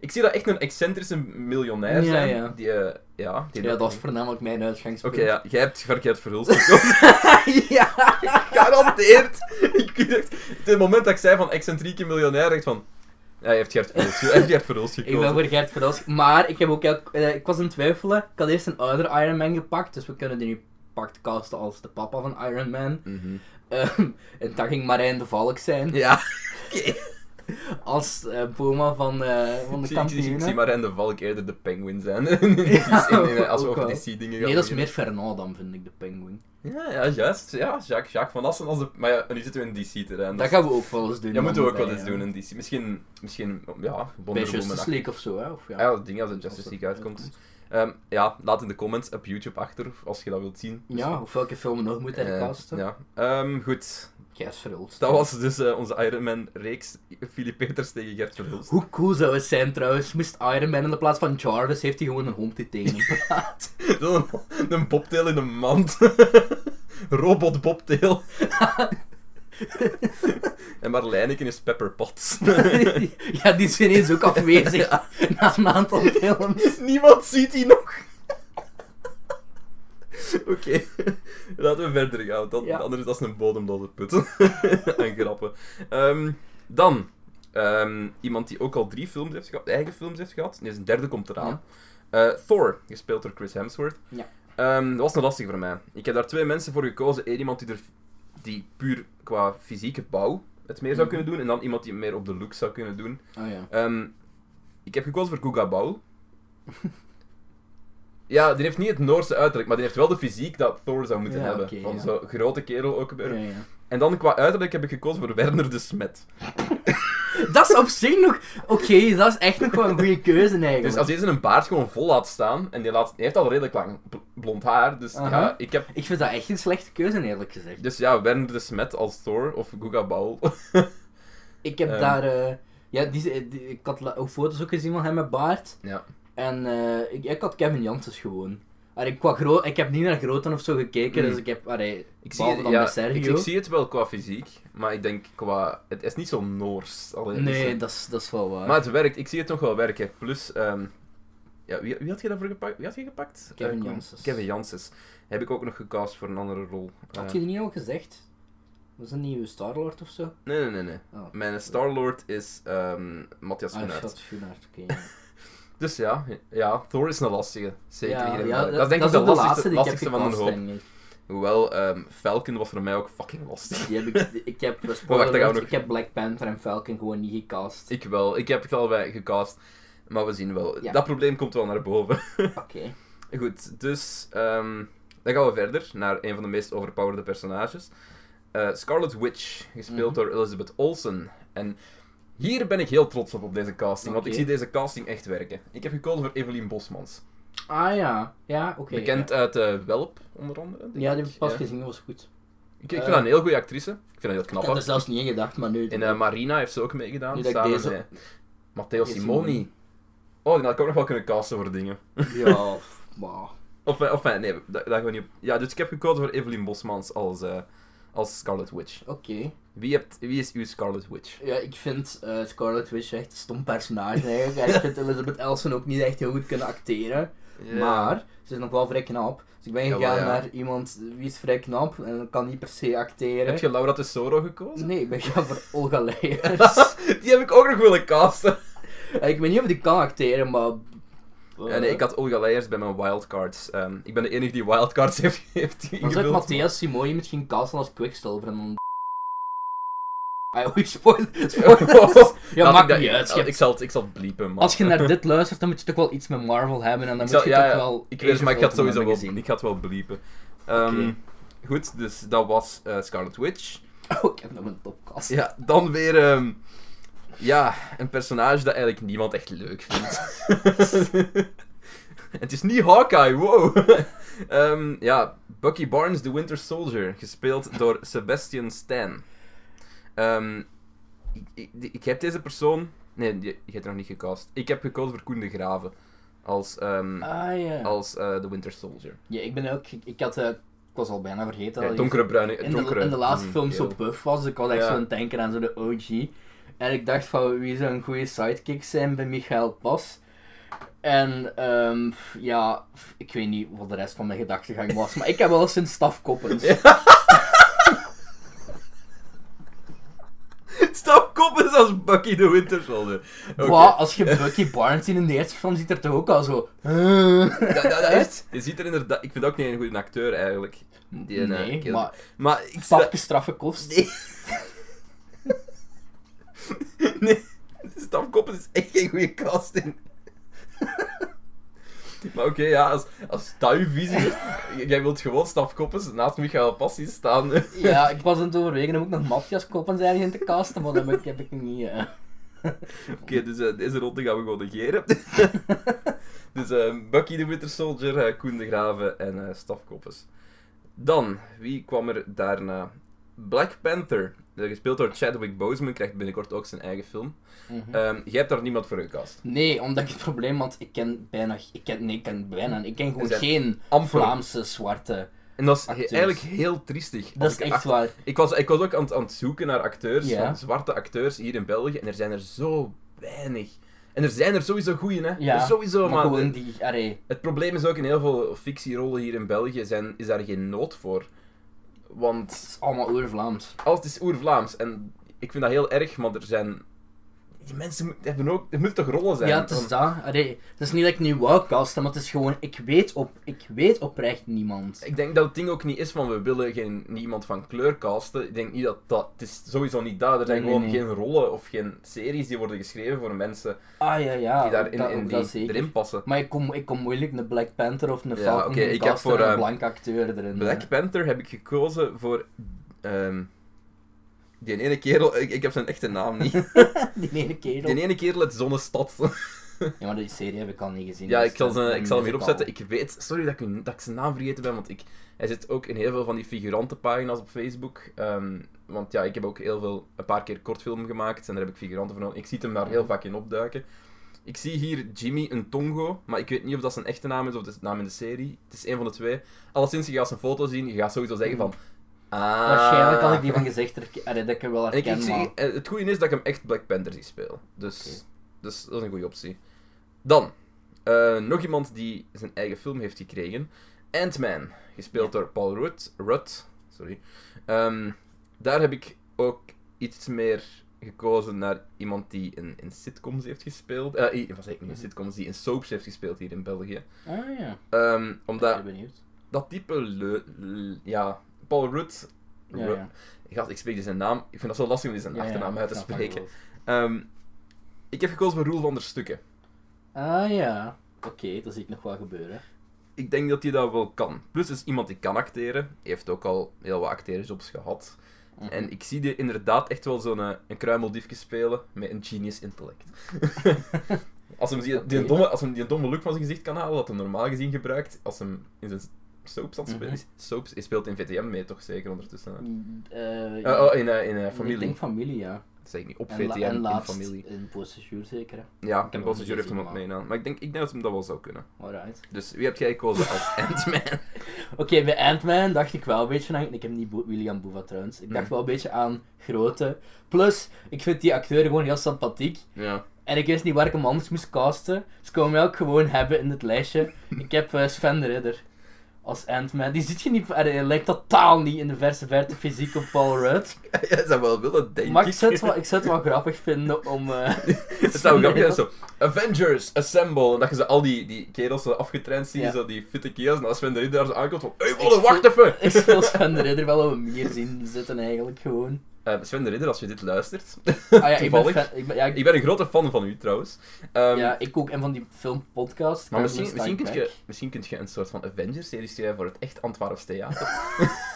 Speaker 1: Ik zie dat echt een excentrische miljonair
Speaker 2: Ja,
Speaker 1: zijn.
Speaker 2: ja.
Speaker 1: Die, eh, ja, die
Speaker 2: Ja, dat was voornamelijk mijn
Speaker 1: Oké,
Speaker 2: uitgangspunt.
Speaker 1: ja, jij hebt Verkeerd Verhulst gekozen.
Speaker 2: ja.
Speaker 1: Garandeerd! Ik dacht, het moment dat ik zei van excentrieke miljonair, dacht van... Ja, je hebt Gert Verhulst, ge- je hebt Gert Verhulst
Speaker 2: Ik ben
Speaker 1: gekozen.
Speaker 2: voor Gert Verhulst, maar ik, heb ook, elk- eh, ik was in twijfelen. Ik had eerst een ouder Iron Man gepakt, dus we kunnen die nu pakt casten als de papa van Iron Man.
Speaker 1: Mhm.
Speaker 2: Ehm, en dat ging Marijn de Valk zijn,
Speaker 1: Ja,
Speaker 2: als eh, Boma van, eh, van
Speaker 1: ik, zie- ik, zie- ik
Speaker 2: de
Speaker 1: zie
Speaker 2: kampioenen.
Speaker 1: maar in de Valk eerder de penguin zijn. in, in- in- als we
Speaker 2: ook
Speaker 1: over
Speaker 2: wel.
Speaker 1: DC-dingen gaan
Speaker 2: Nee, dat is meer
Speaker 1: beginnen.
Speaker 2: Fernand dan, vind ik, de penguin.
Speaker 1: Ja, ja, juist. Ja, Jacques, Jacques van Assen als de... Maar ja, nu zitten we in DC-terrein.
Speaker 2: Dat gaan we ook wel eens doen.
Speaker 1: dus ja, moeten we ook
Speaker 2: bij,
Speaker 1: wel eens
Speaker 2: eh,
Speaker 1: doen in DC. Misschien, misschien ja,
Speaker 2: Bij
Speaker 1: Wonder Woman.
Speaker 2: Justice League of zo, hè? Of ja.
Speaker 1: Ah, ja, dat ding als het Justice League uitkomt. Ehm, ja, laat in de comments op YouTube achter, als je dat wilt zien.
Speaker 2: Ja, of welke film we nog moeten
Speaker 1: Eh,
Speaker 2: hercasten.
Speaker 1: ja. Ehm, goed,
Speaker 2: Gert Verhulst.
Speaker 1: dat was dus eh, onze Iron Man-reeks. Philip Peters tegen Gert Verhulst.
Speaker 2: Hoe cool zou het zijn trouwens, moest Iron Man in de plaats van Jarvis, heeft hij gewoon een hond die tegen hem praat.
Speaker 1: Zo'n- een bobtail in een mand. Robot bobtail. en Marlijneken is Pepper Potts.
Speaker 2: ja, die is ineens ook afwezig na een aantal films.
Speaker 1: Niemand ziet die nog. Oké, laten we verder gaan, want dat,
Speaker 2: Ja.
Speaker 1: anders is dat een bodemloze put. en grappen. Ehm, dan, ehm, iemand die ook al drie films heeft gehad, eigen films heeft gehad. Nee, zijn derde komt eraan. Eh, Thor, gespeeld door Chris Hemsworth.
Speaker 2: Ja.
Speaker 1: Ehm, dat was een lastig voor mij. Ik heb daar twee mensen voor gekozen. Eén iemand die, er, die puur qua fysieke bouw het meer zou
Speaker 2: Mhm.
Speaker 1: kunnen doen. En dan iemand die meer op de look zou kunnen doen.
Speaker 2: Oh ja.
Speaker 1: Ehm, ik heb gekozen voor Guga Baul. Ja, die heeft niet het Noorse uiterlijk, maar die heeft wel de fysiek dat Thor zou moeten
Speaker 2: Ja,
Speaker 1: hebben.
Speaker 2: oké,
Speaker 1: van
Speaker 2: ja.
Speaker 1: zo'n grote kerel ook weer.
Speaker 2: Ja, ja.
Speaker 1: En dan qua uiterlijk heb ik gekozen voor Werner de Smet.
Speaker 2: Dat is op zich nog... Oké, dat is echt nog wel een goede keuze eigenlijk.
Speaker 1: Dus als deze een baard gewoon vol laat staan, en die, laat, die heeft al redelijk lang bl- blond haar, dus
Speaker 2: Aha.
Speaker 1: ja, ik heb...
Speaker 2: Ik vind dat echt een slechte keuze eerlijk gezegd.
Speaker 1: Dus ja, Werner de Smet als Thor, of Guga Baul.
Speaker 2: Ik heb
Speaker 1: Ehm.
Speaker 2: daar... eh, ja, die, die- ik had la- ook foto's ook gezien van hem met baard.
Speaker 1: ja.
Speaker 2: En eh, ik, ik had Kevin Janssens gewoon. Maar ik, qua gro- ik heb niet naar grootte of zo gekeken,
Speaker 1: Mm.
Speaker 2: dus ik heb... Allee,
Speaker 1: Ik
Speaker 2: behalve
Speaker 1: zie,
Speaker 2: dan
Speaker 1: ja,
Speaker 2: bij Sergio.
Speaker 1: ik, ik zie het wel qua fysiek, maar ik denk qua... Het is niet zo Noors. Allee, het is
Speaker 2: nee,
Speaker 1: een-
Speaker 2: dat is, dat is wel waar.
Speaker 1: Maar het werkt, ik zie het toch wel werken. Plus, ehm, ja, wie, wie had je daarvoor gepakt? Wie had je gepakt?
Speaker 2: Kevin
Speaker 1: Eh, kom-
Speaker 2: Janssens.
Speaker 1: Kevin Janssens. Heb ik ook nog gecast voor een andere rol. Eh,
Speaker 2: Had je die niet al gezegd? Was een nieuwe Starlord of zo?
Speaker 1: Nee, nee, nee. nee.
Speaker 2: Oh.
Speaker 1: Mijn Star-Lord is ehm Matthias
Speaker 2: Ah,
Speaker 1: Schoenaert.
Speaker 2: shot, Schoenaert, oké. ja.
Speaker 1: Dus ja, ja, Thor is een lastige. Zeker.
Speaker 2: Ja,
Speaker 1: hier en
Speaker 2: ja,
Speaker 1: daar. dat, is denk ik
Speaker 2: ook
Speaker 1: de lastigste,
Speaker 2: die ik
Speaker 1: lastigste
Speaker 2: heb
Speaker 1: van de
Speaker 2: gepast,
Speaker 1: hoop.
Speaker 2: denk ik.
Speaker 1: Hoewel, ehm, Falcon was voor mij ook fucking lastig.
Speaker 2: Die heb ik, die- ik heb, eh,
Speaker 1: daar gaan
Speaker 2: spoiler
Speaker 1: we
Speaker 2: alert,
Speaker 1: nog-
Speaker 2: ik heb Black Panther en Falcon gewoon niet gecast.
Speaker 1: Ik wel. Ik heb het allebei gecast. Maar we zien wel.
Speaker 2: Ja.
Speaker 1: Dat probleem komt wel naar boven.
Speaker 2: Oké.
Speaker 1: Goed, dus ehm, dan gaan we verder naar een van de meest overpowerde personages. Eh, Scarlet Witch,
Speaker 2: Mhm.
Speaker 1: gespeeld door Elizabeth Olsen. En hier ben ik heel trots op, op deze casting, want ik
Speaker 2: Oké.
Speaker 1: zie deze casting echt werken. Ik heb gekozen voor Evelien Bosmans.
Speaker 2: Ah ja, ja, oké.
Speaker 1: Bekend uit eh, Welp, onder andere. denk
Speaker 2: Ja,
Speaker 1: ik.
Speaker 2: die heb ik pas
Speaker 1: Ja.
Speaker 2: gezien, dat was goed.
Speaker 1: Ik, ik
Speaker 2: Eh.
Speaker 1: vind haar een heel goede actrice. Ik vind haar heel
Speaker 2: Ik
Speaker 1: knap.
Speaker 2: had er
Speaker 1: hoor.
Speaker 2: zelfs niet in gedacht, maar nu...
Speaker 1: In eh, Marina heeft ze ook meegedaan,
Speaker 2: Nu dat ik
Speaker 1: samen
Speaker 2: deze-
Speaker 1: met Matteo
Speaker 2: Deze
Speaker 1: Simoni. Oh, die had ik ook nog wel kunnen casten voor dingen.
Speaker 2: Ja, f- maar...
Speaker 1: Of, eh, of eh, nee, daar, daar gaan we niet op. Ja, dus ik heb gekozen voor Evelien Bosmans als, eh, als Scarlet Witch.
Speaker 2: Oké.
Speaker 1: Wie, hebt, wie is uw Scarlet Witch?
Speaker 2: Ja, ik vind eh, Scarlet Witch echt een stom personage eigenlijk. En ik vind Elizabeth Olsen ook niet echt heel goed kunnen acteren. Maar, ze is nog wel vrij knap. Dus ik ben
Speaker 1: Jawel,
Speaker 2: gegaan
Speaker 1: ja.
Speaker 2: naar iemand die is vrij knap en kan niet per se acteren.
Speaker 1: Heb je Laura Tesoro gekozen?
Speaker 2: Nee, ik ben gegaan voor Olga Leijers.
Speaker 1: Die heb ik ook nog willen casten.
Speaker 2: Eh, ik weet niet of die kan acteren, maar... Oh. Eh,
Speaker 1: Ja, nee, ik had Olga Leijers bij mijn wildcards. Ehm, ik ben de enige die wildcards heeft, heeft
Speaker 2: Dan zou ik
Speaker 1: ingevuld.
Speaker 2: Matthias Simoni misschien casten als Quicksilver en dan... Ah, oei, spoiler, spoilers. Ja,
Speaker 1: Laat
Speaker 2: maakt
Speaker 1: ik dat-
Speaker 2: niet uit. je hebt-
Speaker 1: Ik zal, het- ik zal het bliepen, man.
Speaker 2: Als je naar dit luistert, dan moet je toch wel iets met Marvel hebben en dan
Speaker 1: Ik
Speaker 2: moet
Speaker 1: zal-
Speaker 2: je
Speaker 1: ja,
Speaker 2: toch
Speaker 1: ja,
Speaker 2: wel...
Speaker 1: Ik weet het,
Speaker 2: Age
Speaker 1: maar
Speaker 2: of
Speaker 1: ik ga het
Speaker 2: Ultron
Speaker 1: sowieso
Speaker 2: hebben
Speaker 1: wel, ik ga het wel bliepen. Ehm,
Speaker 2: Oké.
Speaker 1: Goed, dus dat was eh, Scarlet Witch.
Speaker 2: gezien. Oh, ik heb nog een topkast.
Speaker 1: Ja, dan weer... ehm, ja, een personage dat eigenlijk niemand echt leuk vindt. het is niet Hawkeye, wow. Ehm, ja, Bucky Barnes, The Winter Soldier, gespeeld door Sebastian Stan. Ehm, ik, ik, ik heb deze persoon... Nee, die, ik heb nog niet gecast. Ik heb gekozen voor Koen de Graven als, ehm,
Speaker 2: Ah, ja.
Speaker 1: als eh, The Winter Soldier.
Speaker 2: Ja, ik ben ook... Ik, ik had... eh, ik was al bijna vergeten.
Speaker 1: Ja,
Speaker 2: dat
Speaker 1: donkere bruine...
Speaker 2: in, de,
Speaker 1: donkere,
Speaker 2: in de laatste
Speaker 1: mm,
Speaker 2: film zo
Speaker 1: kerel.
Speaker 2: buff was, ik was echt
Speaker 1: Ja.
Speaker 2: zo aan het denken aan zo de OG. En ik dacht van, wie zou een goede sidekick zijn bij Michael Pas? En ehm, ja, ik weet niet wat de rest van mijn gedachtegang was, maar ik heb wel sinds Staf Dus Koppens.
Speaker 1: Stap koppen als Bucky de Winter Soldier. Oké.
Speaker 2: Wow, als je Bucky Barnes in de eerste film ziet, er toch ook al zo...
Speaker 1: Ja, dat- dat is- Je ziet er inderdaad... Ik vind ook niet een goede acteur, eigenlijk. Die eh, ene
Speaker 2: nee,
Speaker 1: kerel.
Speaker 2: maar
Speaker 1: Maar ik...
Speaker 2: Stafke straffe kost.
Speaker 1: Nee. Stap koppen is echt geen goede casting. Maar oké, ja, als, als dat uw visie... Jij wilt gewoon Stap Koppens naast Michael Passie staan.
Speaker 2: Ja, ik was aan het overwegen om ook nog Matthias Koppens ergens in te casten, maar dat heb ik, heb ik niet... eh.
Speaker 1: Oké, dus eh, deze ronde gaan we gewoon negeren. dus eh, Bucky de Winter Soldier, eh, Koen de Graven en eh Stafkoppes. Dan, wie kwam er daarna? Black Panther, eh, gespeeld door Chadwick Boseman, krijgt binnenkort ook zijn eigen film.
Speaker 2: Mhm.
Speaker 1: Ehm, jij hebt daar niemand voor gecast.
Speaker 2: Nee, omdat ik het probleem had, ik ken bijna, ik ken, nee, ik ken bijna, ik ken gewoon
Speaker 1: Er zijn
Speaker 2: geen
Speaker 1: amper.
Speaker 2: Vlaamse zwarte.
Speaker 1: En dat is
Speaker 2: Acteurs.
Speaker 1: eigenlijk heel triestig.
Speaker 2: Ah, Dat is
Speaker 1: Ik-
Speaker 2: echt waar.
Speaker 1: Ik was, ik was ook aan, het- aan het zoeken naar acteurs,
Speaker 2: Ja.
Speaker 1: van zwarte acteurs hier in België, en er zijn er zo weinig. En er zijn er sowieso goeie, hè?
Speaker 2: Ja,
Speaker 1: Er is sowieso,
Speaker 2: Maar
Speaker 1: maar
Speaker 2: gewoon die, arre,
Speaker 1: Het probleem is ook in heel veel fictierollen hier in België zijn, is daar geen nood voor. Want
Speaker 2: het is allemaal oer-Vlaams.
Speaker 1: alles is oer-Vlaams en ik vind dat heel erg, maar er zijn die mensen moet- hebben ook, er moeten toch rollen zijn?
Speaker 2: Ja, het is
Speaker 1: Want-
Speaker 2: dat. Allee, het is niet dat ik nu wou casten, maar het is gewoon, ik weet, op, ik weet oprecht niemand.
Speaker 1: Ik denk dat het ding ook niet is van we willen geen, niemand van kleur casten. Ik denk niet dat dat. Het is sowieso niet dat. Er zijn
Speaker 2: Nee, nee,
Speaker 1: gewoon geen rollen of geen series die worden geschreven voor mensen
Speaker 2: Ah ja, ja.
Speaker 1: die, daar in,
Speaker 2: dat-
Speaker 1: in,
Speaker 2: dat
Speaker 1: die
Speaker 2: zeker.
Speaker 1: erin passen.
Speaker 2: Maar ik kom, ik kom moeilijk een Black Panther of een
Speaker 1: Ja,
Speaker 2: Falcon
Speaker 1: oké, ik heb
Speaker 2: casten
Speaker 1: voor,
Speaker 2: en een
Speaker 1: eh,
Speaker 2: blank acteur erin.
Speaker 1: Black Panther heb ik gekozen voor. ehm, die ene kerel, ik, ik heb zijn echte naam niet.
Speaker 2: Die ene kerel.
Speaker 1: Die ene kerel uit Zonnestad.
Speaker 2: Ja, maar die serie heb ik al niet gezien.
Speaker 1: ja,
Speaker 2: dus
Speaker 1: ik zal,
Speaker 2: dat-
Speaker 1: zijn,
Speaker 2: dat
Speaker 1: ik zal hem
Speaker 2: mis
Speaker 1: hier
Speaker 2: al.
Speaker 1: opzetten. Ik weet, sorry dat ik, hun- dat ik zijn naam vergeten ben, want ik, hij zit ook in heel veel van die figurantenpagina's op Facebook. Ehm, want ja, ik heb ook heel veel, een paar keer kortfilm gemaakt en daar heb ik figuranten van. nodig. Ik zie hem daar heel vaak in opduiken. Ik zie hier Jimmy Ntongo, maar ik weet niet of dat zijn echte naam is of de naam in de serie. Het is een van de twee. Alleszins, je gaat zijn foto zien, je gaat sowieso zeggen van... Ah.
Speaker 2: Waarschijnlijk had ik die van gezegd herk- allee, dat ik hem wel
Speaker 1: En Ah. ik,
Speaker 2: herken,
Speaker 1: ik zie-
Speaker 2: maar...
Speaker 1: eh, het goede is dat ik hem echt Black Panther zie spelen. Dus, dus dat is een goede optie. Dan, eh, nog iemand die zijn eigen film heeft gekregen. Ant-Man, gespeeld door Paul Rudd. Rudd sorry. Ehm, daar heb ik ook iets meer gekozen naar iemand die in, in sitcoms heeft gespeeld. Eh, i- wat zeg ik nu, in
Speaker 2: Mhm.
Speaker 1: sitcoms, die in soaps heeft gespeeld hier in België.
Speaker 2: Ah ja,
Speaker 1: Ehm,
Speaker 2: ik
Speaker 1: omdat
Speaker 2: ben benieuwd.
Speaker 1: dat type... le- le- ja, Paul Rudd...
Speaker 2: Ja,
Speaker 1: Rudd-
Speaker 2: ja.
Speaker 1: Gast, ik spreek dus zijn naam. Ik vind dat zo lastig om die zijn
Speaker 2: Ja, ja,
Speaker 1: achternaam
Speaker 2: ik
Speaker 1: uit te
Speaker 2: snap wat je
Speaker 1: spreken.
Speaker 2: bedoelt.
Speaker 1: Ehm, ik heb gekozen voor Roel van der Stukken.
Speaker 2: Ah ja, oké, dat zie ik nog wel gebeuren.
Speaker 1: Ik denk dat hij dat wel kan. Plus is iemand die kan acteren. Hij heeft ook al heel wat acteerjobs gehad.
Speaker 2: Mhm.
Speaker 1: En ik zie die inderdaad echt wel zo'n eh, een kruimeldiefje spelen met een genius intellect. als hij die, die,
Speaker 2: Oké.
Speaker 1: domme, als hem die domme look van zijn gezicht kan halen, dat hij normaal gezien gebruikt, als hij in zijn soaps aan het
Speaker 2: Mhm.
Speaker 1: spelen is. Soaps, hij speelt in VTM mee toch zeker ondertussen? hè?
Speaker 2: Eh,
Speaker 1: Eh, oh, in, eh, in eh,
Speaker 2: Ik
Speaker 1: familie.
Speaker 2: denk familie, ja.
Speaker 1: Dat zeg ik niet. Op
Speaker 2: En, la-
Speaker 1: VTM,
Speaker 2: en
Speaker 1: in
Speaker 2: laatst
Speaker 1: familie.
Speaker 2: in procedure zeker. hè.
Speaker 1: Ja, en
Speaker 2: hem
Speaker 1: Bosse
Speaker 2: niet
Speaker 1: heeft hem
Speaker 2: gezien,
Speaker 1: ook
Speaker 2: maar-
Speaker 1: meegedaan. Maar ik denk, ik denk dat hem dat wel zou kunnen.
Speaker 2: Alright.
Speaker 1: Dus wie heb jij gekozen als Ant-Man?
Speaker 2: Oké, bij Ant-Man dacht ik wel een beetje aan... Ik heb niet Bo- William Boeva trouwens. Ik dacht
Speaker 1: Hmm.
Speaker 2: wel een beetje aan grootte. Plus, ik vind die acteur gewoon heel sympathiek.
Speaker 1: ja.
Speaker 2: En ik wist niet waar ik hem anders moest casten. Dus ik kon hem ook gewoon hebben in het lijstje. Ik heb eh, Sven de Ridder als Ant-Man. Die ziet je niet... eh, Hij lijkt totaal niet in de verse verte fysiek op Paul Rudd.
Speaker 1: Jij zou wel willen, denk
Speaker 2: Maar
Speaker 1: ik.
Speaker 2: ik zou het wel, ik zou het wel grappig vinden om... eh,
Speaker 1: Het zou grappig zijn, zo. Avengers, assemble. En dat je zo al die, die kerels zo afgetraind ziet,
Speaker 2: Ja.
Speaker 1: zo die fitte kerels. En als Sven de Ridder daar zo aankomt van... Hé,
Speaker 2: Ik
Speaker 1: mannen, wacht even!
Speaker 2: Ik wil Sven de Ridder wel op een mier zien zitten eigenlijk gewoon.
Speaker 1: Eh, Sven de Ridder, als je dit luistert.
Speaker 2: Ah ja, ik ben,
Speaker 1: Toevallig.
Speaker 2: fan- ik ben, ja, ik,
Speaker 1: ik ben een grote fan van u, trouwens. Ehm,
Speaker 2: ja, ik ook en van die filmpodcast.
Speaker 1: Maar
Speaker 2: Currently
Speaker 1: misschien,
Speaker 2: Stuck
Speaker 1: misschien, kun je,
Speaker 2: Back.
Speaker 1: misschien kun je een soort van Avengers-serie schrijven voor het echt Antwerps theater.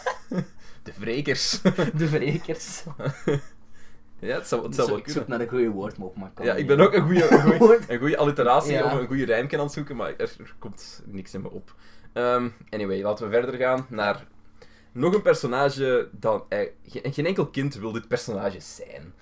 Speaker 1: de Vrekers.
Speaker 2: De Vrekers.
Speaker 1: ja, het zou, het zou
Speaker 2: Dus Zo,
Speaker 1: wel
Speaker 2: ik zoek
Speaker 1: kunnen.
Speaker 2: naar een goede woordmop, maar kan
Speaker 1: Ja, ik
Speaker 2: niet.
Speaker 1: ben ook een goede een goede alliteratie
Speaker 2: Ja.
Speaker 1: of een goede rijmken aan het zoeken, maar er, er komt niks in me op. Ehm, anyway, laten we verder gaan naar nog een personage dat... eh, ge- geen enkel kind wil dit personage zijn.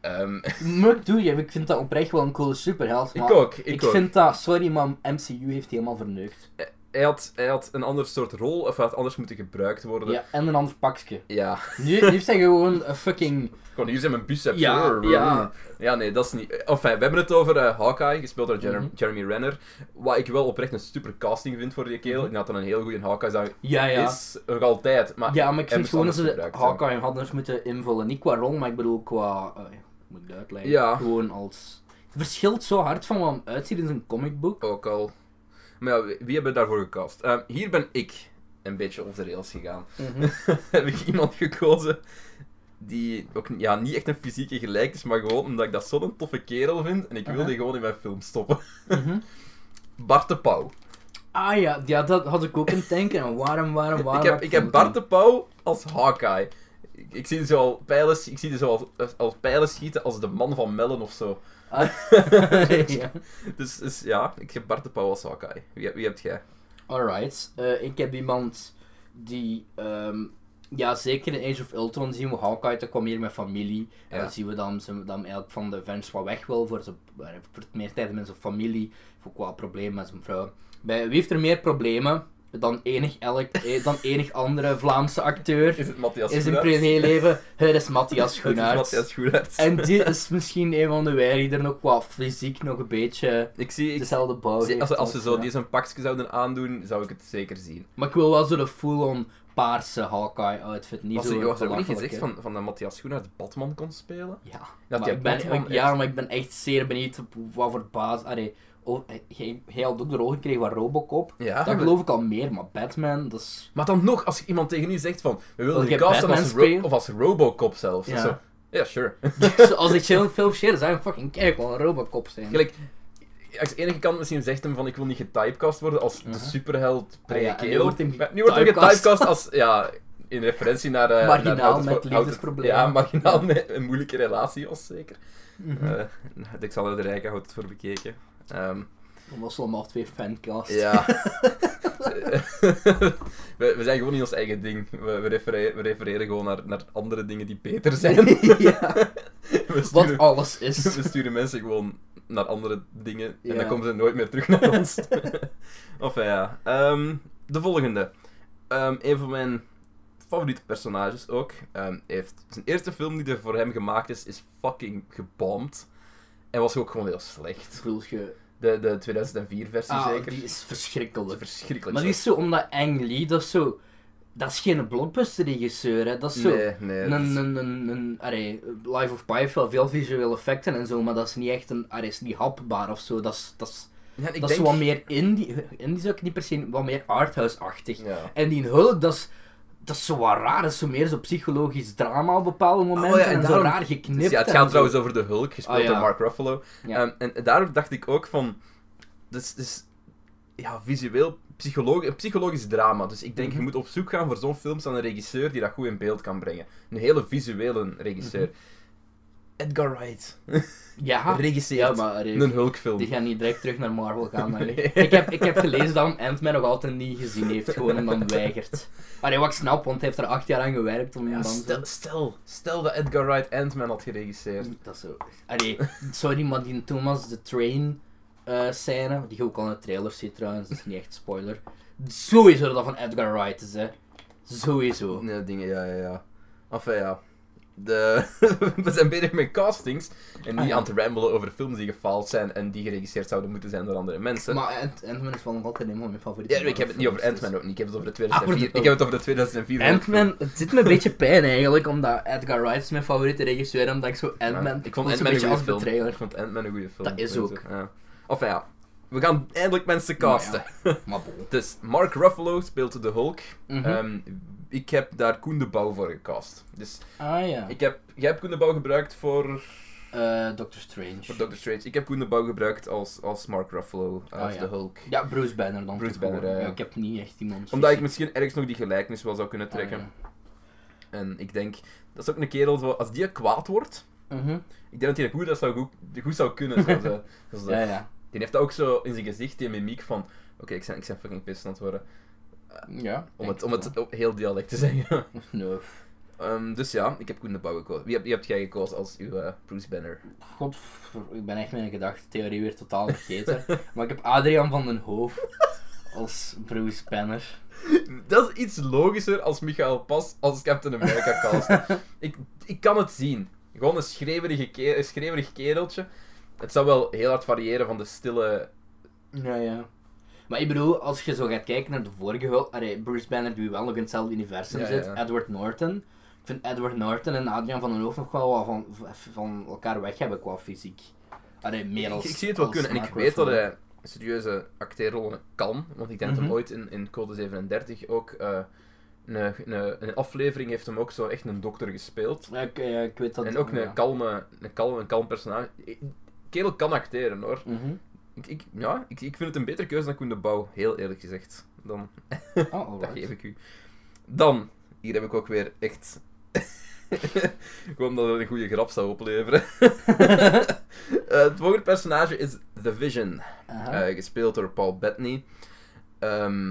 Speaker 1: Ehm,
Speaker 2: Muk doe je, ik vind dat oprecht wel een coole superheld.
Speaker 1: ik
Speaker 2: maar
Speaker 1: ook, ik, ook.
Speaker 2: vind dat, sorry man, MCU heeft die helemaal verneukt.
Speaker 1: Hij, had, hij had een ander soort rol, of hij had anders moeten gebruikt worden. Ja.
Speaker 2: Ja, en een ander pakje.
Speaker 1: Ja,
Speaker 2: Nu, nu zijn gewoon een fucking.
Speaker 1: gewoon hier zijn mijn biceps.
Speaker 2: Ja, ja.
Speaker 1: Ja, nee, dat is niet... Enfin, we hebben het over eh, Hawkeye, gespeeld door Jer-
Speaker 2: Mhm.
Speaker 1: Jeremy Renner. Wat ik wel oprecht een super casting vind voor die kerel. Ik denk dat dat een heel goede Hawkeye zou
Speaker 2: Ja, Mhm. Ah, ja.
Speaker 1: is nog altijd. Maar
Speaker 2: ja, maar ik
Speaker 1: hij
Speaker 2: vind
Speaker 1: moest
Speaker 2: gewoon dat
Speaker 1: anders
Speaker 2: ze
Speaker 1: gebruikt zijn.
Speaker 2: Hawkeye anders moeten invullen. Niet qua rol, maar ik bedoel qua. eh, moet ik dat uitleggen?
Speaker 1: Ja.
Speaker 2: Gewoon als. Het verschilt zo hard van wat hem uitziet in zijn comicboek.
Speaker 1: Ook al. Maar ja, wie- wie hebben daarvoor gecast? Ehm, hier ben ik een beetje off the rails gegaan. Heb ik iemand gekozen die ook ja, niet echt een fysieke gelijk is, maar gewoon omdat ik dat zo'n toffe kerel vind en ik wil
Speaker 2: Aha.
Speaker 1: die gewoon in mijn film stoppen.
Speaker 2: Mhm.
Speaker 1: Bart de Pauw.
Speaker 2: Ah ja, ja, dat had ik ook in tanken. En waarom, waarom, waarom?
Speaker 1: Ik
Speaker 2: had
Speaker 1: heb, ik heb
Speaker 2: dat
Speaker 1: Bart
Speaker 2: niet?
Speaker 1: de Pauw als Hawkeye. Ik, ik zie die zo al pijlen, ik zie die zo als, als, als pijlen schieten als de man van Mellen of zo.
Speaker 2: Ah, ja.
Speaker 1: Dus, dus ja, ik heb Bart de Pauw als Hawkeye. Wie, wie hebt jij?
Speaker 2: Alright. Eh, ik heb iemand die. ehm, ja, zeker in Age of Ultron zien we Hawkeye, dat kwam hier met familie. En
Speaker 1: Ja.
Speaker 2: dan zien we dan, ze- dan eigenlijk van de Avengers wat weg wil voor, zijn, voor het meerderheid met zijn familie. Voor qua problemen met zijn vrouw. Bij, wie heeft er meer problemen dan enig, elk, eh, dan enig andere Vlaamse acteur
Speaker 1: Is het Matthias
Speaker 2: in zijn
Speaker 1: Schoenaerts?
Speaker 2: privéleven? Het is Matthias
Speaker 1: Het is
Speaker 2: Groenaerts.
Speaker 1: Matthias Schoenaerts.
Speaker 2: En die is misschien een van de wij die er nog qua fysiek nog een beetje
Speaker 1: Ik zie, ik
Speaker 2: dezelfde bouw
Speaker 1: Ze-
Speaker 2: heeft
Speaker 1: Als, als ze
Speaker 2: als,
Speaker 1: zo
Speaker 2: eh,
Speaker 1: die zijn pakje zouden aandoen, zou ik het zeker zien.
Speaker 2: Maar ik wil wel zo de full-on paarse Hawkeye-outfit. Niet
Speaker 1: Was
Speaker 2: zo
Speaker 1: er was er ook niet
Speaker 2: belachelijke.
Speaker 1: gezegd van, van dat Matthias Schoenaert Batman kon spelen?
Speaker 2: Ja,
Speaker 1: Dat
Speaker 2: maar
Speaker 1: die
Speaker 2: ik ben,
Speaker 1: Batman
Speaker 2: ik- ja,
Speaker 1: echt-
Speaker 2: maar ik ben echt zeer benieuwd op wat voor baas... Allee, oh, hij, hij had ook de rol gekregen van Robocop.
Speaker 1: Ja,
Speaker 2: dat
Speaker 1: maar-
Speaker 2: geloof ik al meer, maar Batman, dat is...
Speaker 1: Maar dan nog, als iemand tegen u zegt van, we
Speaker 2: Wil
Speaker 1: willen
Speaker 2: jij
Speaker 1: je casten
Speaker 2: Batman
Speaker 1: als,
Speaker 2: spelen?
Speaker 1: Ro- of als Robocop zelfs.
Speaker 2: Ja.
Speaker 1: Ja, zo, ja sure.
Speaker 2: Als ik film film share, zou ik fucking kijken, wel een Robocop zijn.
Speaker 1: Gelijk, als de ene kant misschien zegt hem van, ik wil niet getypecast worden als de
Speaker 2: Mhm.
Speaker 1: superheld
Speaker 2: Ah ja, en nu
Speaker 1: pre-keel.
Speaker 2: wordt hem
Speaker 1: Maar nu wordt hij
Speaker 2: getypecast.
Speaker 1: getypecast als, ja, in referentie naar... eh,
Speaker 2: Marginaal
Speaker 1: naar Houd het voor-
Speaker 2: met
Speaker 1: Houd het-
Speaker 2: liefdesproblemen.
Speaker 1: Ja, marginaal met een moeilijke relatie was, zeker.
Speaker 2: Mhm.
Speaker 1: Eh Alexander de Rijken houdt het voor bekeken. Ehm,
Speaker 2: Dan was er allemaal twee fancasts.
Speaker 1: Ja. we, we zijn gewoon in ons eigen ding. We, we, refereren, we refereren gewoon naar, naar andere dingen die beter zijn.
Speaker 2: Ja,
Speaker 1: We
Speaker 2: Wat
Speaker 1: sturen,
Speaker 2: alles is.
Speaker 1: we sturen mensen gewoon naar andere dingen en
Speaker 2: Ja.
Speaker 1: dan komen ze nooit meer terug naar ons. of ja. Ehm, de volgende. Ehm, een van mijn favoriete personages ook. ehm, heeft, zijn eerste film die er voor hem gemaakt is, is fucking gebomd. En was ook gewoon heel slecht.
Speaker 2: Bedoel je...
Speaker 1: De, de 2004-versie
Speaker 2: Ah,
Speaker 1: zeker.
Speaker 2: die is verschrikkelijk.
Speaker 1: Verschrikkelijk
Speaker 2: Maar die is zo omdat Ang Lee, dat is zo... Dat is geen blockbuster-regisseur, hè. Dat is zo...
Speaker 1: Nee, nee.
Speaker 2: Een,
Speaker 1: dat is-
Speaker 2: een, een, een, allee, Life of Pi heeft wel veel visuele effecten en zo, maar dat is niet echt een... Allee, is niet hapbaar of zo. Dat is, dat is,
Speaker 1: Ja, ik
Speaker 2: dat is
Speaker 1: denk...
Speaker 2: wat meer indie... Indie zou ik niet per se... Wat meer arthouse-achtig.
Speaker 1: Ja.
Speaker 2: En die hulk, dat is... Dat is zo wat raar, dat is zo meer zo psychologisch drama op bepaalde momenten
Speaker 1: Oh ja,
Speaker 2: en,
Speaker 1: en
Speaker 2: zo
Speaker 1: daarom-
Speaker 2: raar geknipt.
Speaker 1: Dus ja, het
Speaker 2: en
Speaker 1: gaat
Speaker 2: zo.
Speaker 1: trouwens over de Hulk, gespeeld
Speaker 2: Ah, ja.
Speaker 1: door Mark Ruffalo.
Speaker 2: Ja.
Speaker 1: Ehm, en daarom dacht ik ook van... Dus, dus, ja, visueel, psycholo- een psychologisch drama. Dus ik denk,
Speaker 2: Mhm.
Speaker 1: je moet op zoek gaan voor zo'n films aan een regisseur die dat goed in beeld kan brengen. Een hele visuele regisseur. Edgar Wright.
Speaker 2: Ja,
Speaker 1: regisseert
Speaker 2: ja maar allee,
Speaker 1: Een Hulkfilm.
Speaker 2: die gaan niet direct terug naar Marvel gaan. allee.
Speaker 1: Nee.
Speaker 2: ik, heb, ik heb gelezen dat hem Ant-Man nog altijd niet gezien heeft, gewoon en dan weigert. Allee, wat ik snap, want hij heeft er acht jaar aan gewerkt om
Speaker 1: Ja,
Speaker 2: hem dan zo-
Speaker 1: stel, stel, stel dat Edgar Wright Ant-Man had geregisseerd.
Speaker 2: Dat is zo. Allee, sorry, maar die Thomas de Train eh scène, die je ook al in de trailer ziet trouwens, dat is niet echt spoiler. Sowieso dat dat van Edgar Wright is, hè. Sowieso.
Speaker 1: Nee, dingen, ja, ja, ja. Enfin, ja. De... we zijn bezig met castings en niet
Speaker 2: Ah, ja.
Speaker 1: aan het rambelen over films die gefaald zijn en die geregisseerd zouden moeten zijn door andere mensen.
Speaker 2: Maar Ant- Ant-Man is wel nog altijd een van mijn favoriete
Speaker 1: Ja, ik heb het niet over
Speaker 2: Marvel-films,
Speaker 1: Ant-Man ook niet, ik heb het over de
Speaker 2: Ah, voor de
Speaker 1: 2004.
Speaker 2: film.
Speaker 1: Ik heb het over de 2004.
Speaker 2: dus. Ant-Man, het zit me een beetje pijn eigenlijk, omdat Edgar Wright is mijn favoriete regisseur, omdat ik zo
Speaker 1: Ja.
Speaker 2: Ant-Man...
Speaker 1: Ik vond
Speaker 2: het
Speaker 1: Ant-Man
Speaker 2: een
Speaker 1: een
Speaker 2: beetje
Speaker 1: goede
Speaker 2: als de
Speaker 1: film.
Speaker 2: trailer.
Speaker 1: Ik vond Ant-Man een goede film.
Speaker 2: Dat is
Speaker 1: sowieso.
Speaker 2: ook. Nou
Speaker 1: Ja. Enfin, ja. We gaan eindelijk mensen casten.
Speaker 2: Maar bon.
Speaker 1: Dus Mark Ruffalo speelt de Hulk.
Speaker 2: Mhm.
Speaker 1: Ehm, ik heb daar Koen de Bouw voor gecast. Dus
Speaker 2: Ah ja.
Speaker 1: ik heb, jij hebt Koen de Bouw gebruikt voor
Speaker 2: Eh, Doctor Strange.
Speaker 1: Voor Doctor Strange. Ik heb Koen de Bouw gebruikt als, als Mark Ruffalo, eh, als
Speaker 2: Oh, ja.
Speaker 1: de Hulk.
Speaker 2: Ja, Bruce Banner dan.
Speaker 1: Bruce
Speaker 2: toch
Speaker 1: Banner,
Speaker 2: gewoon.
Speaker 1: ja, ja.
Speaker 2: Ja, ik heb niet echt iemand...
Speaker 1: Omdat ik
Speaker 2: fysiek-
Speaker 1: misschien ergens nog die gelijkenis wel zou kunnen
Speaker 2: Ah, ja.
Speaker 1: trekken. En ik denk, dat is ook een kerel, zo, als die kwaad wordt,
Speaker 2: Mhm.
Speaker 1: ik denk dat hij goed, dat zou goed, goed zou kunnen. Zoals, eh, zoals dat-
Speaker 2: Ja, ja.
Speaker 1: Die heeft dat ook zo in zijn gezicht, die mimiek van, oké, ik zijn ik zijn fucking pissed aan het worden.
Speaker 2: Eh, Ja.
Speaker 1: Om het, om het op heel dialect te zeggen.
Speaker 2: Nee.
Speaker 1: Ehm, dus ja, ik heb Koen de Bouw gekozen. Wie heb, wie hebt jij gekozen als uw eh, Bruce Banner?
Speaker 2: God, ik ben echt mijn gedachtentheorie weer totaal vergeten. maar ik heb Adriaan van den Hoof als Bruce Banner.
Speaker 1: Dat is iets logischer als Michael Pas als Captain America cast. ik, ik kan het zien. Gewoon een schreeuwerige ke- een schreeuwerig kereltje. Het zou wel heel hard variëren van de stille...
Speaker 2: Ja, ja. Maar ik bedoel, als je zo gaat kijken naar de vorige hulp, allee, Bruce Banner die wel nog in hetzelfde universum
Speaker 1: Ja,
Speaker 2: zit,
Speaker 1: ja.
Speaker 2: Edward Norton. Ik vind Edward Norton en Adriaan van den Hoof nog wel wat van, van elkaar weg hebben qua fysiek. Allee, meer
Speaker 1: Ik,
Speaker 2: als,
Speaker 1: ik zie het wel
Speaker 2: als
Speaker 1: kunnen. En ik
Speaker 2: Mark
Speaker 1: weet dat
Speaker 2: Ruffalo.
Speaker 1: hij serieuze acteerrollen kan. Want ik denk
Speaker 2: Mhm.
Speaker 1: dat ooit in, in Code 37 ook... eh, een, een, een aflevering heeft hem ook zo echt een dokter gespeeld.
Speaker 2: Ja, ik, ja, ik weet dat...
Speaker 1: en ook een,
Speaker 2: ja.
Speaker 1: kalme, een, kalm, een kalm personage. Ik- Kerel kan acteren hoor.
Speaker 2: Mhm.
Speaker 1: Ik, ik, ja, ik, ik vind het een betere keuze dan Koen de Bouw, heel eerlijk gezegd. Dan Dat
Speaker 2: Oh, alright.
Speaker 1: geef ik u. Dan, hier heb ik ook weer echt. Gewoon dat het een goede grap zou opleveren. Eh, het volgende personage is The Vision,
Speaker 2: Aha.
Speaker 1: eh, gespeeld door Paul Bettany. Ehm,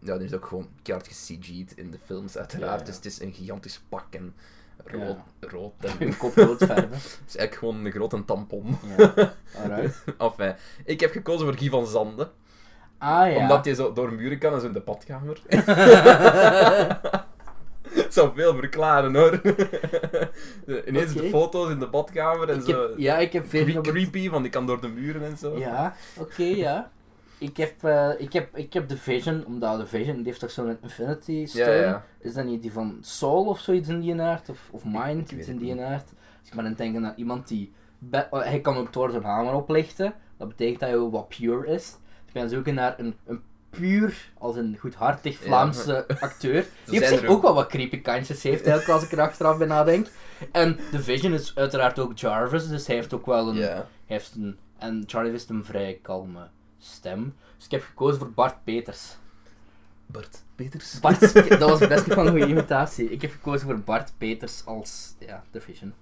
Speaker 1: ja, die is ook gewoon keihard gecg'd in de films, uiteraard.
Speaker 2: Ja, ja.
Speaker 1: Dus het is een gigantisch pak en rood.
Speaker 2: Ja.
Speaker 1: rood en,
Speaker 2: Een kop rood verder.
Speaker 1: het is eigenlijk gewoon een grote tampon.
Speaker 2: Ja, alright.
Speaker 1: enfin, ik heb gekozen voor Guy van Zanden,
Speaker 2: Ah ja.
Speaker 1: omdat hij zo door muren kan en zo in de badkamer. Het zou veel verklaren hoor. Ineens
Speaker 2: Oké.
Speaker 1: de foto's in de badkamer en
Speaker 2: Ik
Speaker 1: zo.
Speaker 2: heb- ja, ik heb
Speaker 1: Cre-
Speaker 2: veel op het-
Speaker 1: creepy, want die kan door de muren en zo.
Speaker 2: Ja, oké, ja. Ik heb, eh, ik, heb, ik heb The Vision, omdat The Vision die heeft toch zo'n Infinity Stone?
Speaker 1: Ja, ja.
Speaker 2: Is dat niet die van Soul of zoiets in die aard? Of, of Mind,
Speaker 1: weet het
Speaker 2: iets in die aard? Dus ik ben aan het denken naar iemand die... be- eh, hij kan ook door zijn hamer oplichten. Dat betekent dat hij wat pure is. Dus ik ben aan het zoeken naar een, een puur, als een goedhartig
Speaker 1: Ja.
Speaker 2: Vlaamse acteur. Die op
Speaker 1: zijn
Speaker 2: zich
Speaker 1: er ook.
Speaker 2: ook wel wat creepy kantjes heeft, elke als ik er achteraf bij nadenk. En The Vision is uiteraard ook Jarvis, dus hij heeft ook wel een...
Speaker 1: Ja.
Speaker 2: Hij heeft een, en Charlie heeft een vrij kalme stem. Dus ik heb gekozen voor Bart Peters.
Speaker 1: Bart Peters.
Speaker 2: Bart, Sp- dat was best nog wel een goede imitatie. Ik heb gekozen voor Bart Peters als ja, The Vision.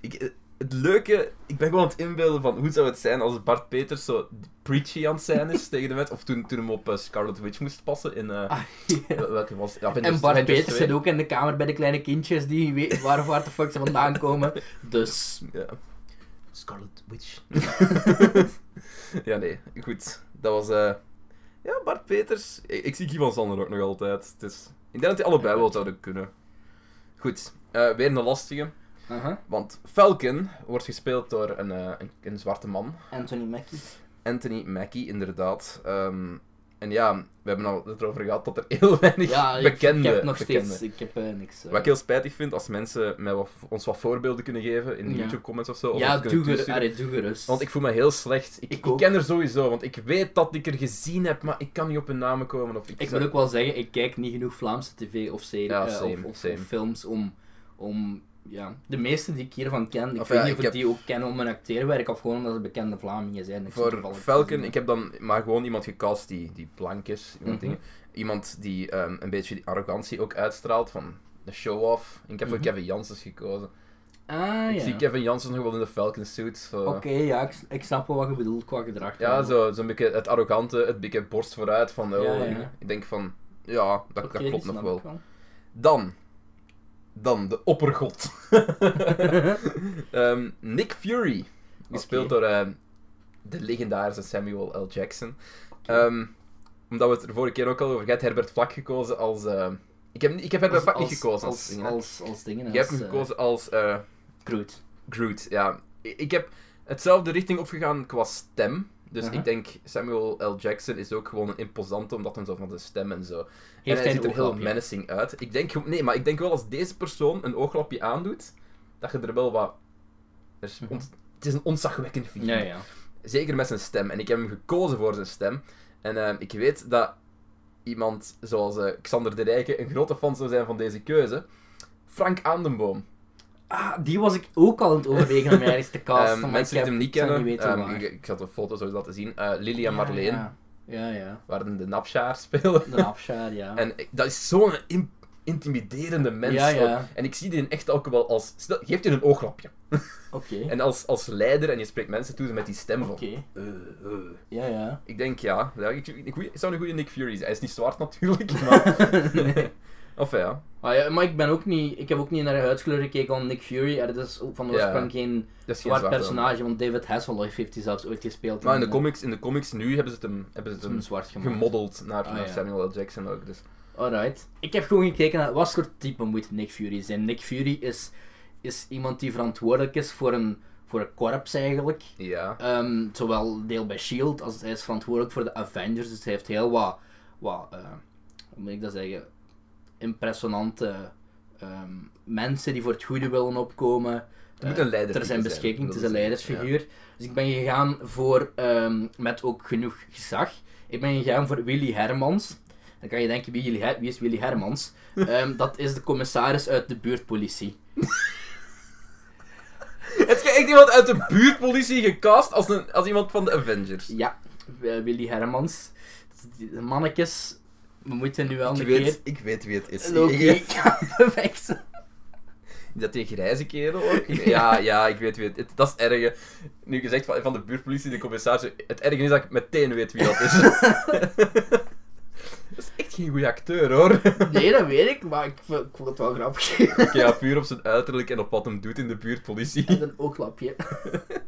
Speaker 1: Ik, eh, het leuke, ik ben gewoon aan het inbeelden van hoe zou het zijn als Bart Peters zo preachy aan het zijn is tegen de wet. Of toen, toen hem op eh, Scarlet Witch moest passen in. eh, wel- Welke was het? Avengers-
Speaker 2: Ah, En Bart
Speaker 1: Avengers
Speaker 2: Peters
Speaker 1: 2.
Speaker 2: zit ook in de kamer bij de kleine kindjes die weten waar of waar de fuck ze vandaan komen. Dus
Speaker 1: Ja. Scarlet Witch. ja, nee. Goed. Dat was... eh, Ja, Bart Peters. Ik, ik zie Guy van Sander ook nog altijd. Het is... Ik denk dat die allebei wel zouden kunnen. Goed. eh, weer een lastige.
Speaker 2: aha,
Speaker 1: Want Falcon wordt gespeeld door een, eh, een, een zwarte man.
Speaker 2: Anthony Mackie.
Speaker 1: Anthony Mackie, inderdaad. Ehm, en ja, we hebben al het erover gehad dat er heel weinig
Speaker 2: Ja, ik,
Speaker 1: bekende...
Speaker 2: ik heb nog
Speaker 1: bekende-
Speaker 2: steeds ik heb, eh, niks. eh.
Speaker 1: Wat ik heel spijtig vind, als mensen mij wat, ons wat voorbeelden kunnen geven in de
Speaker 2: Ja.
Speaker 1: YouTube-comments of zo. of
Speaker 2: ja,
Speaker 1: ons kunnen
Speaker 2: doe, ger-
Speaker 1: toesturen.
Speaker 2: allee, doe gerust.
Speaker 1: dus Want ik voel me heel slecht. Ik,
Speaker 2: Ik
Speaker 1: ik,
Speaker 2: ook.
Speaker 1: ken er sowieso, want ik weet dat ik er gezien heb, maar ik kan niet op hun namen komen. Of ik
Speaker 2: Ik
Speaker 1: zou-
Speaker 2: wil ook wel zeggen, ik kijk niet genoeg Vlaamse tv of, serie,
Speaker 1: Ja,
Speaker 2: eh,
Speaker 1: same,
Speaker 2: of, of-
Speaker 1: same.
Speaker 2: of films om, om... Ja, de meeste die ik hiervan ken, ik
Speaker 1: Of
Speaker 2: weet
Speaker 1: ja,
Speaker 2: niet of
Speaker 1: ik
Speaker 2: ik
Speaker 1: heb-
Speaker 2: die ook ken om hun acteerwerk of gewoon omdat ze bekende Vlamingen zijn. Ik zie
Speaker 1: Eh, Voor
Speaker 2: toevallig-
Speaker 1: Falcon, ik heb dan maar gewoon iemand gecast die, die blank is. Iemand,
Speaker 2: Mhm.
Speaker 1: dingen. iemand die ehm, een beetje die arrogantie ook uitstraalt van de show-off. En Ik heb voor
Speaker 2: Mhm.
Speaker 1: Kevin Janssens gekozen.
Speaker 2: Ah,
Speaker 1: Ik
Speaker 2: ja.
Speaker 1: zie Kevin Janssens nog wel in de Falcon suit. zo.
Speaker 2: Oké, ja, ik, ik snap wel wat je bedoelt qua gedrag.
Speaker 1: Ja, zo- zo'n beetje het arrogante, het beetje borst vooruit van... Oh,
Speaker 2: Ja, ja.
Speaker 1: Ik denk van, ja, dat,
Speaker 2: Oké,
Speaker 1: dat
Speaker 2: die
Speaker 1: klopt nog
Speaker 2: snap
Speaker 1: wel.
Speaker 2: ik wel.
Speaker 1: Dan. Dan, de oppergod. Ehm, Nick Fury. Gespeeld door ehm, de legendarische Samuel L. Jackson. Ehm, omdat we het er vorige keer ook al over hadden, Herbert Vlak gekozen als... ehm, ik, heb, niet- ik heb Herbert Vlak niet gekozen als...
Speaker 2: Als,
Speaker 1: dingen,
Speaker 2: als,
Speaker 1: hè.
Speaker 2: als, als dingen.
Speaker 1: Jij hebt
Speaker 2: als,
Speaker 1: hem
Speaker 2: eh,
Speaker 1: gekozen als eh,
Speaker 2: Groot.
Speaker 1: Groot, ja. Ik, ik heb hetzelfde richting opgegaan qua stem. Dus
Speaker 2: Aha.
Speaker 1: ik denk, Samuel L. Jackson is ook gewoon een imposante, omdat hem zo van de stem en zo...
Speaker 2: Heeft
Speaker 1: en
Speaker 2: hij
Speaker 1: hij ziet
Speaker 2: een
Speaker 1: er heel
Speaker 2: oogkapje?
Speaker 1: menacing uit. Ik denk, gewoon- nee, maar ik denk wel als deze persoon een ooglapje aandoet, dat je er wel wat... er is ont- het is een ontzagwekkend figuur.
Speaker 2: Ja, ja.
Speaker 1: Zeker met zijn stem. En ik heb hem gekozen voor zijn stem. En eh, ik weet dat iemand zoals eh, Xander de Rijke een grote fan zou zijn van deze keuze. Frank Aandenboom.
Speaker 2: Ah, die was ik ook al aan het overwegen om ergens te casten,
Speaker 1: Ehm,
Speaker 2: maar
Speaker 1: mensen die
Speaker 2: ik heb,
Speaker 1: hem niet
Speaker 2: ik zou
Speaker 1: kennen,
Speaker 2: weten
Speaker 1: ehm,
Speaker 2: waar.
Speaker 1: ik, ik had een foto zo laten zien. Eh Lily en
Speaker 2: Ja,
Speaker 1: Marleen
Speaker 2: Ja, ja. ja.
Speaker 1: waren de Napshaar spelen.
Speaker 2: De Afshaar, ja.
Speaker 1: En ik- dat is zo'n in- intimiderende mens.
Speaker 2: Ja, ja.
Speaker 1: ook. En ik zie die echt ook wel als. Stel, geeft hij een ooglapje.
Speaker 2: Oké.
Speaker 1: En als, als leider en je spreekt mensen toe met die stem van.
Speaker 2: Oké.
Speaker 1: eh, eh.
Speaker 2: Ja, ja.
Speaker 1: Ik denk ja. ja ik, ik, ik- het zou een goede Nick Fury zijn. Hij is niet zwart natuurlijk. Maar...
Speaker 2: Nee.
Speaker 1: Of ja.
Speaker 2: Ah, ja, maar ik ben ook niet... Ik heb ook niet naar de huidskleur gekeken van Nick Fury. Er is ook van
Speaker 1: Ja.
Speaker 2: oorsprong geen
Speaker 1: Dat is geen
Speaker 2: zwart
Speaker 1: zwarte
Speaker 2: personage, want David Hasselhoff heeft die zelfs ooit gespeeld.
Speaker 1: Maar in de, comics, in de comics nu hebben ze het hem, hebben ze
Speaker 2: eh,
Speaker 1: het hem
Speaker 2: zwart gemaakt.
Speaker 1: gemodeld naar,
Speaker 2: Ah,
Speaker 1: naar
Speaker 2: ja.
Speaker 1: Samuel L. Jackson ook. Dus.
Speaker 2: Alright. Ik heb gewoon gekeken naar wat soort type moet Nick Fury zijn. Nick Fury is, is iemand die verantwoordelijk is voor een, voor een korps eigenlijk.
Speaker 1: Ja.
Speaker 2: Ehm, zowel deel bij S.H.I.E.L.D. E als hij is verantwoordelijk voor de Avengers. Dus hij heeft heel wat, wat eh, hoe moet ik dat zeggen, impressionante ehm, mensen die voor het goede willen opkomen.
Speaker 1: Het moet
Speaker 2: eh,
Speaker 1: een leider
Speaker 2: ter zijn
Speaker 1: zijn.
Speaker 2: beschikking, het
Speaker 1: Dat
Speaker 2: is een
Speaker 1: is-
Speaker 2: leidersfiguur. Dus ik ben gegaan voor, ehm, met ook genoeg gezag, ik ben gegaan voor Willy Hermans. Dan kan je denken, wie, Willy Her- wie is Willy Hermans? Ehm, dat is de commissaris uit de buurtpolitie. Eh.
Speaker 1: Heb je echt iemand uit de buurtpolitie gecast als, een, als iemand van de Avengers?
Speaker 2: Ja, eh, Willy Hermans. De mannetjes, we moeten nu wel
Speaker 1: Ik
Speaker 2: een
Speaker 1: weet, ik weet wie het is.
Speaker 2: keer... Loki,
Speaker 1: Ik-
Speaker 2: perfect.
Speaker 1: Dat die grijze kerel ook? Ja, ja, ik weet wie het het- Dat is het erge. Nu gezegd van, van de buurtpolitie, de commissaris. Het erge is dat ik meteen weet wie dat is. dat is echt geen goede acteur hoor. Ik
Speaker 2: Nee, dat weet ik, maar ik, vo- ik vond het wel grappig.
Speaker 1: ja, puur op zijn uiterlijk en op wat hem doet in de buurtpolitie.
Speaker 2: Met een ooglapje.
Speaker 1: Oké,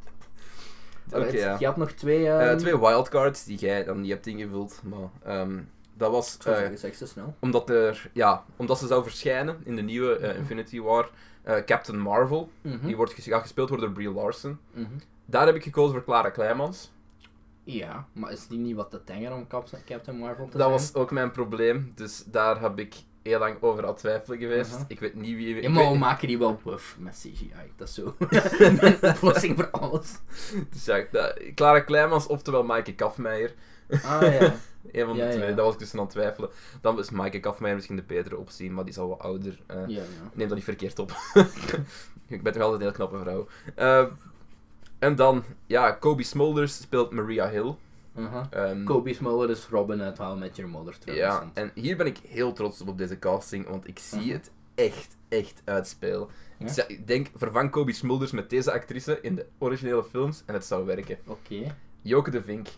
Speaker 2: Alright,
Speaker 1: ja.
Speaker 2: Je had nog twee...
Speaker 1: Eh,
Speaker 2: ehm,
Speaker 1: twee wildcards die jij dan niet hebt ingevuld. Maar ehm, dat was.
Speaker 2: Ik zou
Speaker 1: eh,
Speaker 2: zeggen, zeg ze snel.
Speaker 1: omdat, er, ja, omdat ze zou verschijnen in de nieuwe eh, Infinity War. eh, Captain Marvel.
Speaker 2: Mhm,
Speaker 1: Die wordt ges- gaat gespeeld worden door Brie Larson.
Speaker 2: mhm.
Speaker 1: Daar heb ik gekozen voor Clara Kleimans.
Speaker 2: Ja, maar is die niet wat te tenger om Cap- Captain Marvel te
Speaker 1: Dat
Speaker 2: zijn?
Speaker 1: was ook mijn probleem, dus daar heb ik heel lang over aan het twijfelen geweest.
Speaker 2: Mhm.
Speaker 1: Ik weet niet wie...
Speaker 2: Ja,
Speaker 1: ik
Speaker 2: maar
Speaker 1: weet-
Speaker 2: we maken die wel buff met CGI. Dat is zo. Een oplossing voor alles.
Speaker 1: Dus ja, dat- Clara Kleimans, oftewel Maaike Kafmeijer.
Speaker 2: Ah ja.
Speaker 1: Een van de
Speaker 2: Ja,
Speaker 1: twee,
Speaker 2: ja.
Speaker 1: daar was ik dus aan het twijfelen. Dan is Maaike Kafmeijer misschien de betere optie, maar die is al wat ouder. eh.
Speaker 2: ja, ja.
Speaker 1: Neem dat niet verkeerd op. ik ben toch altijd een heel knappe vrouw. Eh, en dan, ja, Kobe Smulders speelt Maria Hill.
Speaker 2: Aha.
Speaker 1: Ehm,
Speaker 2: Kobe Smuller is dus Robin uit How I Met Your Mother trouwens.
Speaker 1: Ja,
Speaker 2: want-
Speaker 1: en hier ben ik heel trots op, op deze casting, want ik zie
Speaker 2: Mhm.
Speaker 1: het echt, echt uitspelen. Ik
Speaker 2: Ja?
Speaker 1: zou- Ik denk, vervang Kobe Smulders met deze actrice in de originele films en het zou werken.
Speaker 2: Oké.
Speaker 1: Joke de Vink.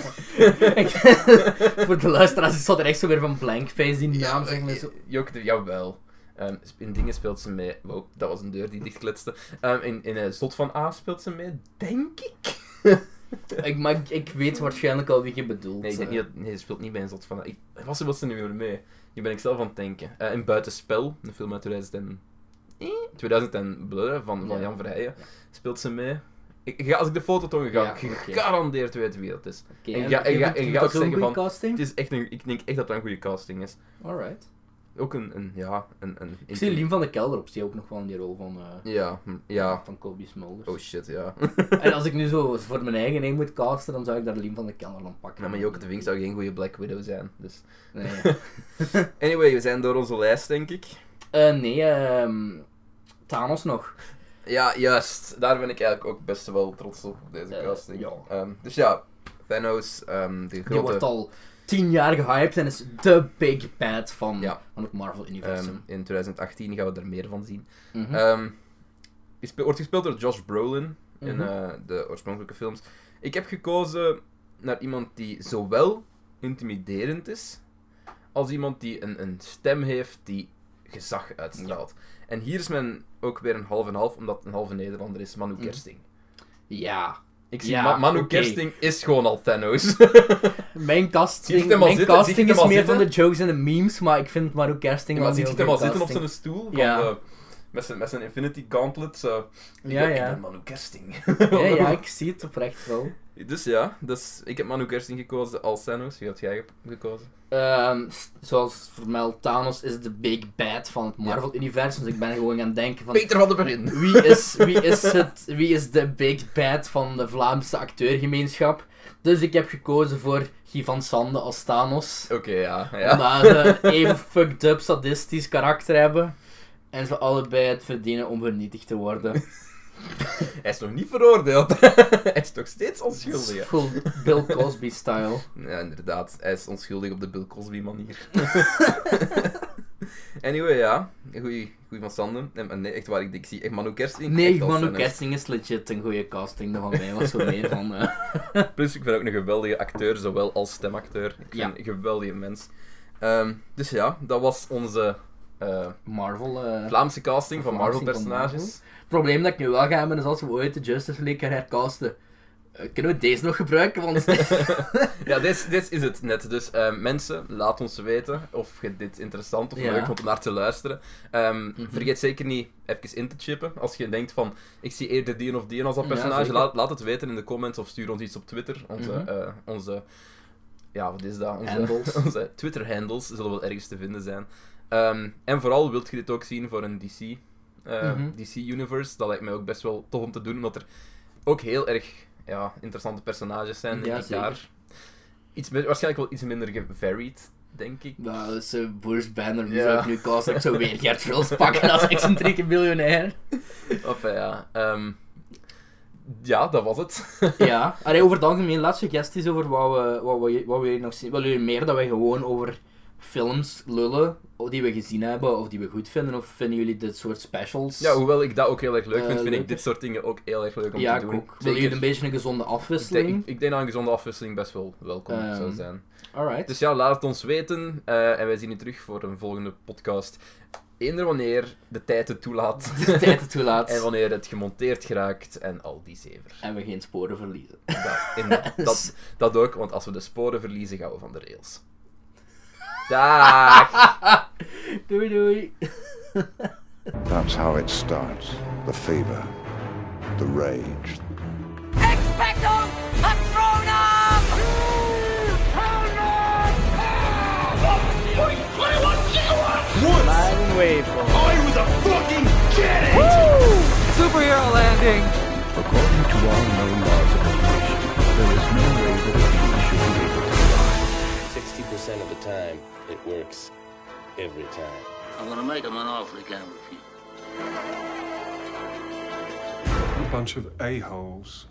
Speaker 2: Ik- voor de luisteraars, ik zat er echt zo weer van blank face die naam zeggen. en Zo.
Speaker 1: eh, Joke de... Jawel. Ehm, sp- in dingen speelt ze mee. Wow, dat was een deur die dichtkletste. Ehm, in in eh, Zot van A speelt ze mee, denk ik.
Speaker 2: Ik, maar ik, ik weet waarschijnlijk al wie je bedoelt.
Speaker 1: Nee, ik denk
Speaker 2: eh.
Speaker 1: niet dat, nee, ze speelt niet bij een zot van. Ik, was ze wel ze nu weer mee? Nu ben ik zelf aan het denken. Eh in Buitenspel, een film uit 2000 en... eh, 2000 en blur, van, van
Speaker 2: Ja.
Speaker 1: Jan Verheyen,
Speaker 2: Ja.
Speaker 1: speelt ze mee. Ik, ga- als ik de foto toch ga,
Speaker 2: Ja,
Speaker 1: ik
Speaker 2: oké.
Speaker 1: gegarandeerd weten wie dat is.
Speaker 2: Oké,
Speaker 1: en
Speaker 2: en
Speaker 1: ga- en
Speaker 2: je
Speaker 1: ga-
Speaker 2: vindt-
Speaker 1: en
Speaker 2: vindt
Speaker 1: ga
Speaker 2: dat
Speaker 1: ook
Speaker 2: zo'n
Speaker 1: zeggen
Speaker 2: goede
Speaker 1: van,
Speaker 2: casting?
Speaker 1: Het is echt een, ik denk echt dat dat een goede casting is.
Speaker 2: Alright.
Speaker 1: Ook een, een ja, een... een
Speaker 2: Ik zie Lien van de Kelder op, zie ook nog wel in die rol van, eh,
Speaker 1: Ja, hm, ja.
Speaker 2: van Kobe Smulders.
Speaker 1: Oh shit, ja.
Speaker 2: En als ik nu zo voor mijn eigen heen moet casten, dan zou ik daar Lien van de Kelder aan pakken.
Speaker 1: Ja, Nou, maar Joke de Vink zou geen goede Black Widow zijn, dus...
Speaker 2: Nee,
Speaker 1: Anyway, we zijn door onze lijst, denk ik.
Speaker 2: Eh, nee ehm, Thanos nog.
Speaker 1: Ja, juist. Daar ben ik eigenlijk ook best wel trots op, op deze
Speaker 2: Eh,
Speaker 1: casting.
Speaker 2: ja.
Speaker 1: Ehm, dus ja, Thanos, ehm, de
Speaker 2: Die wordt
Speaker 1: grote...
Speaker 2: al tien jaar gehyped en is de big bad van,
Speaker 1: Ja.
Speaker 2: van het
Speaker 1: ehm,
Speaker 2: Marvel-universum.
Speaker 1: in 2018 gaan we er meer van zien.
Speaker 2: Mhm.
Speaker 1: Ehm, die speel- wordt gespeeld door Josh Brolin in
Speaker 2: Mhm.
Speaker 1: eh, de oorspronkelijke films. Ik heb gekozen naar iemand die zowel intimiderend is, als iemand die een, een stem heeft die gezag uitstraalt. En hier is men ook weer een half en half, omdat een halve Nederlander is, Manu
Speaker 2: Mhm.
Speaker 1: Kersting.
Speaker 2: Ja.
Speaker 1: Ik zie
Speaker 2: Ja,
Speaker 1: Ma- Manu
Speaker 2: oké.
Speaker 1: Kersting is gewoon al Thanos. Ziet
Speaker 2: Mijn
Speaker 1: het
Speaker 2: casting,
Speaker 1: hem al
Speaker 2: mijn
Speaker 1: zitten? Ziet het
Speaker 2: casting
Speaker 1: hem
Speaker 2: is
Speaker 1: al
Speaker 2: meer
Speaker 1: zitten?
Speaker 2: van de jokes en de memes, maar ik vind Maru Kersting
Speaker 1: Ja,
Speaker 2: wel
Speaker 1: maar
Speaker 2: een
Speaker 1: ziet
Speaker 2: heel
Speaker 1: ziet hem
Speaker 2: goede
Speaker 1: al zitten op
Speaker 2: casting.
Speaker 1: zijn stoel? Van,
Speaker 2: Ja.
Speaker 1: eh, met, zijn, met zijn Infinity Gauntlet. Zo.
Speaker 2: Ja,
Speaker 1: Ik
Speaker 2: ja.
Speaker 1: ben Manu Kersting.
Speaker 2: Ja, ja, ik zie het oprecht wel.
Speaker 1: Dus ja, dus ik heb Manu Kersting gekozen als Thanos. Wie had jij ge- gekozen?
Speaker 2: Ehm, s- zoals vermeld, Thanos is de big bad van het Marvel-universum. Dus ik ben gewoon gaan denken van...
Speaker 1: Peter van de Begin.
Speaker 2: Wie is, wie, is het, wie is de big bad van de Vlaamse acteurgemeenschap? Dus ik heb gekozen voor Guy van Sande als Thanos.
Speaker 1: Oké, ja. ja.
Speaker 2: Omdat ze een even fucked up sadistisch karakter hebben. En ze allebei het verdienen om vernietigd te worden.
Speaker 1: Hij is nog niet veroordeeld. hij is nog steeds onschuldig. hè.
Speaker 2: Full Bill Cosby-style.
Speaker 1: Ja, inderdaad. Hij is onschuldig op de Bill Cosby manier. anyway, ja. Goeie, goeie van Sanden. En, en nee, echt waar, ik, ik zie echt Manu Kersting. echt
Speaker 2: Nee,
Speaker 1: als
Speaker 2: Manu
Speaker 1: Thanos.
Speaker 2: Kersting is legit een goede casting. De van mij was zo meer van... eh,
Speaker 1: Plus, ik vind ook een geweldige acteur, zowel als stemacteur. Ik vind
Speaker 2: Ja.
Speaker 1: een geweldige mens. Ehm, dus ja, dat was onze eh,
Speaker 2: Marvel... eh,
Speaker 1: Vlaamse casting van
Speaker 2: Vlaamse
Speaker 1: Marvel-personages.
Speaker 2: Het probleem dat ik nu wel ga hebben is als we ooit de Justice League gaan hercasten. eh, kunnen we deze nog gebruiken? Want
Speaker 1: Ja, dit, dit is het net. Dus ehm, mensen, laat ons weten of je dit interessant of
Speaker 2: Ja.
Speaker 1: leuk vond om naar te luisteren. Ehm,
Speaker 2: Mhm.
Speaker 1: Vergeet zeker niet even in te chippen. Als je denkt van, ik zie eerder die of die als dat
Speaker 2: Ja,
Speaker 1: personage,
Speaker 2: zeker.
Speaker 1: laat, laat het weten in de comments of stuur ons iets op Twitter. Onze,
Speaker 2: Mhm.
Speaker 1: eh, onze ja, wat is dat? Onze,
Speaker 2: Handles.
Speaker 1: onze Twitter-handles zullen wel ergens te vinden zijn. Ehm, en vooral wilt je dit ook zien voor een DC, eh,
Speaker 2: Mhm.
Speaker 1: DC Universe. Dat lijkt mij ook best wel tof om te doen, omdat er ook heel erg ja, interessante personages zijn.
Speaker 2: Ja,
Speaker 1: denk ik
Speaker 2: zeker.
Speaker 1: daar. Iets min- waarschijnlijk wel iets minder gevaried, denk ik.
Speaker 2: Nou, dat is eh, Boris Banner, die
Speaker 1: Ja.
Speaker 2: zou ik nu casten. Ik zou weer Gert Vrils pakken als excentrieke miljonair.
Speaker 1: Of eh, ja. ehm, ja, dat was het.
Speaker 2: Ja. Allee, over het algemeen, laat suggesties over wat we, wat we, wat we hier nog zien. Willen jullie meer dat wij gewoon over films lullen of die we gezien hebben of die we goed vinden? Of vinden jullie dit soort specials?
Speaker 1: Ja, hoewel ik dat ook heel erg leuk
Speaker 2: Eh,
Speaker 1: vind, vind ik
Speaker 2: leuker.
Speaker 1: dit soort dingen ook heel erg leuk om
Speaker 2: Ja,
Speaker 1: te
Speaker 2: ik
Speaker 1: doen.
Speaker 2: ook. Willen
Speaker 1: Zeker.
Speaker 2: jullie een beetje een gezonde
Speaker 1: Ik denk-
Speaker 2: afwisseling?
Speaker 1: ik, ik denk dat een gezonde afwisseling best wel welkom
Speaker 2: Ehm.
Speaker 1: zou zijn.
Speaker 2: Alright.
Speaker 1: Dus ja, laat het ons weten. eh, en wij zien u terug voor een volgende podcast. Eender wanneer de tijd het toelaat.
Speaker 2: de tijd het toelaat.
Speaker 1: en wanneer het gemonteerd geraakt en al die zever.
Speaker 2: En we geen sporen verliezen.
Speaker 1: Dat, in- dat, dat ook, want als we de sporen verliezen, gaan we van de rails. Daag!
Speaker 2: Doei doei.
Speaker 3: That's how it starts. The fever, the rage,
Speaker 4: wave.
Speaker 5: I was a fucking kid!
Speaker 1: Superhero landing!
Speaker 6: According to all known laws of operation, there is no way that a bee should be able to fly.
Speaker 7: 60% of the time, it works every time.
Speaker 8: I'm gonna make him an offer he can't refuse.
Speaker 3: A bunch of a-holes.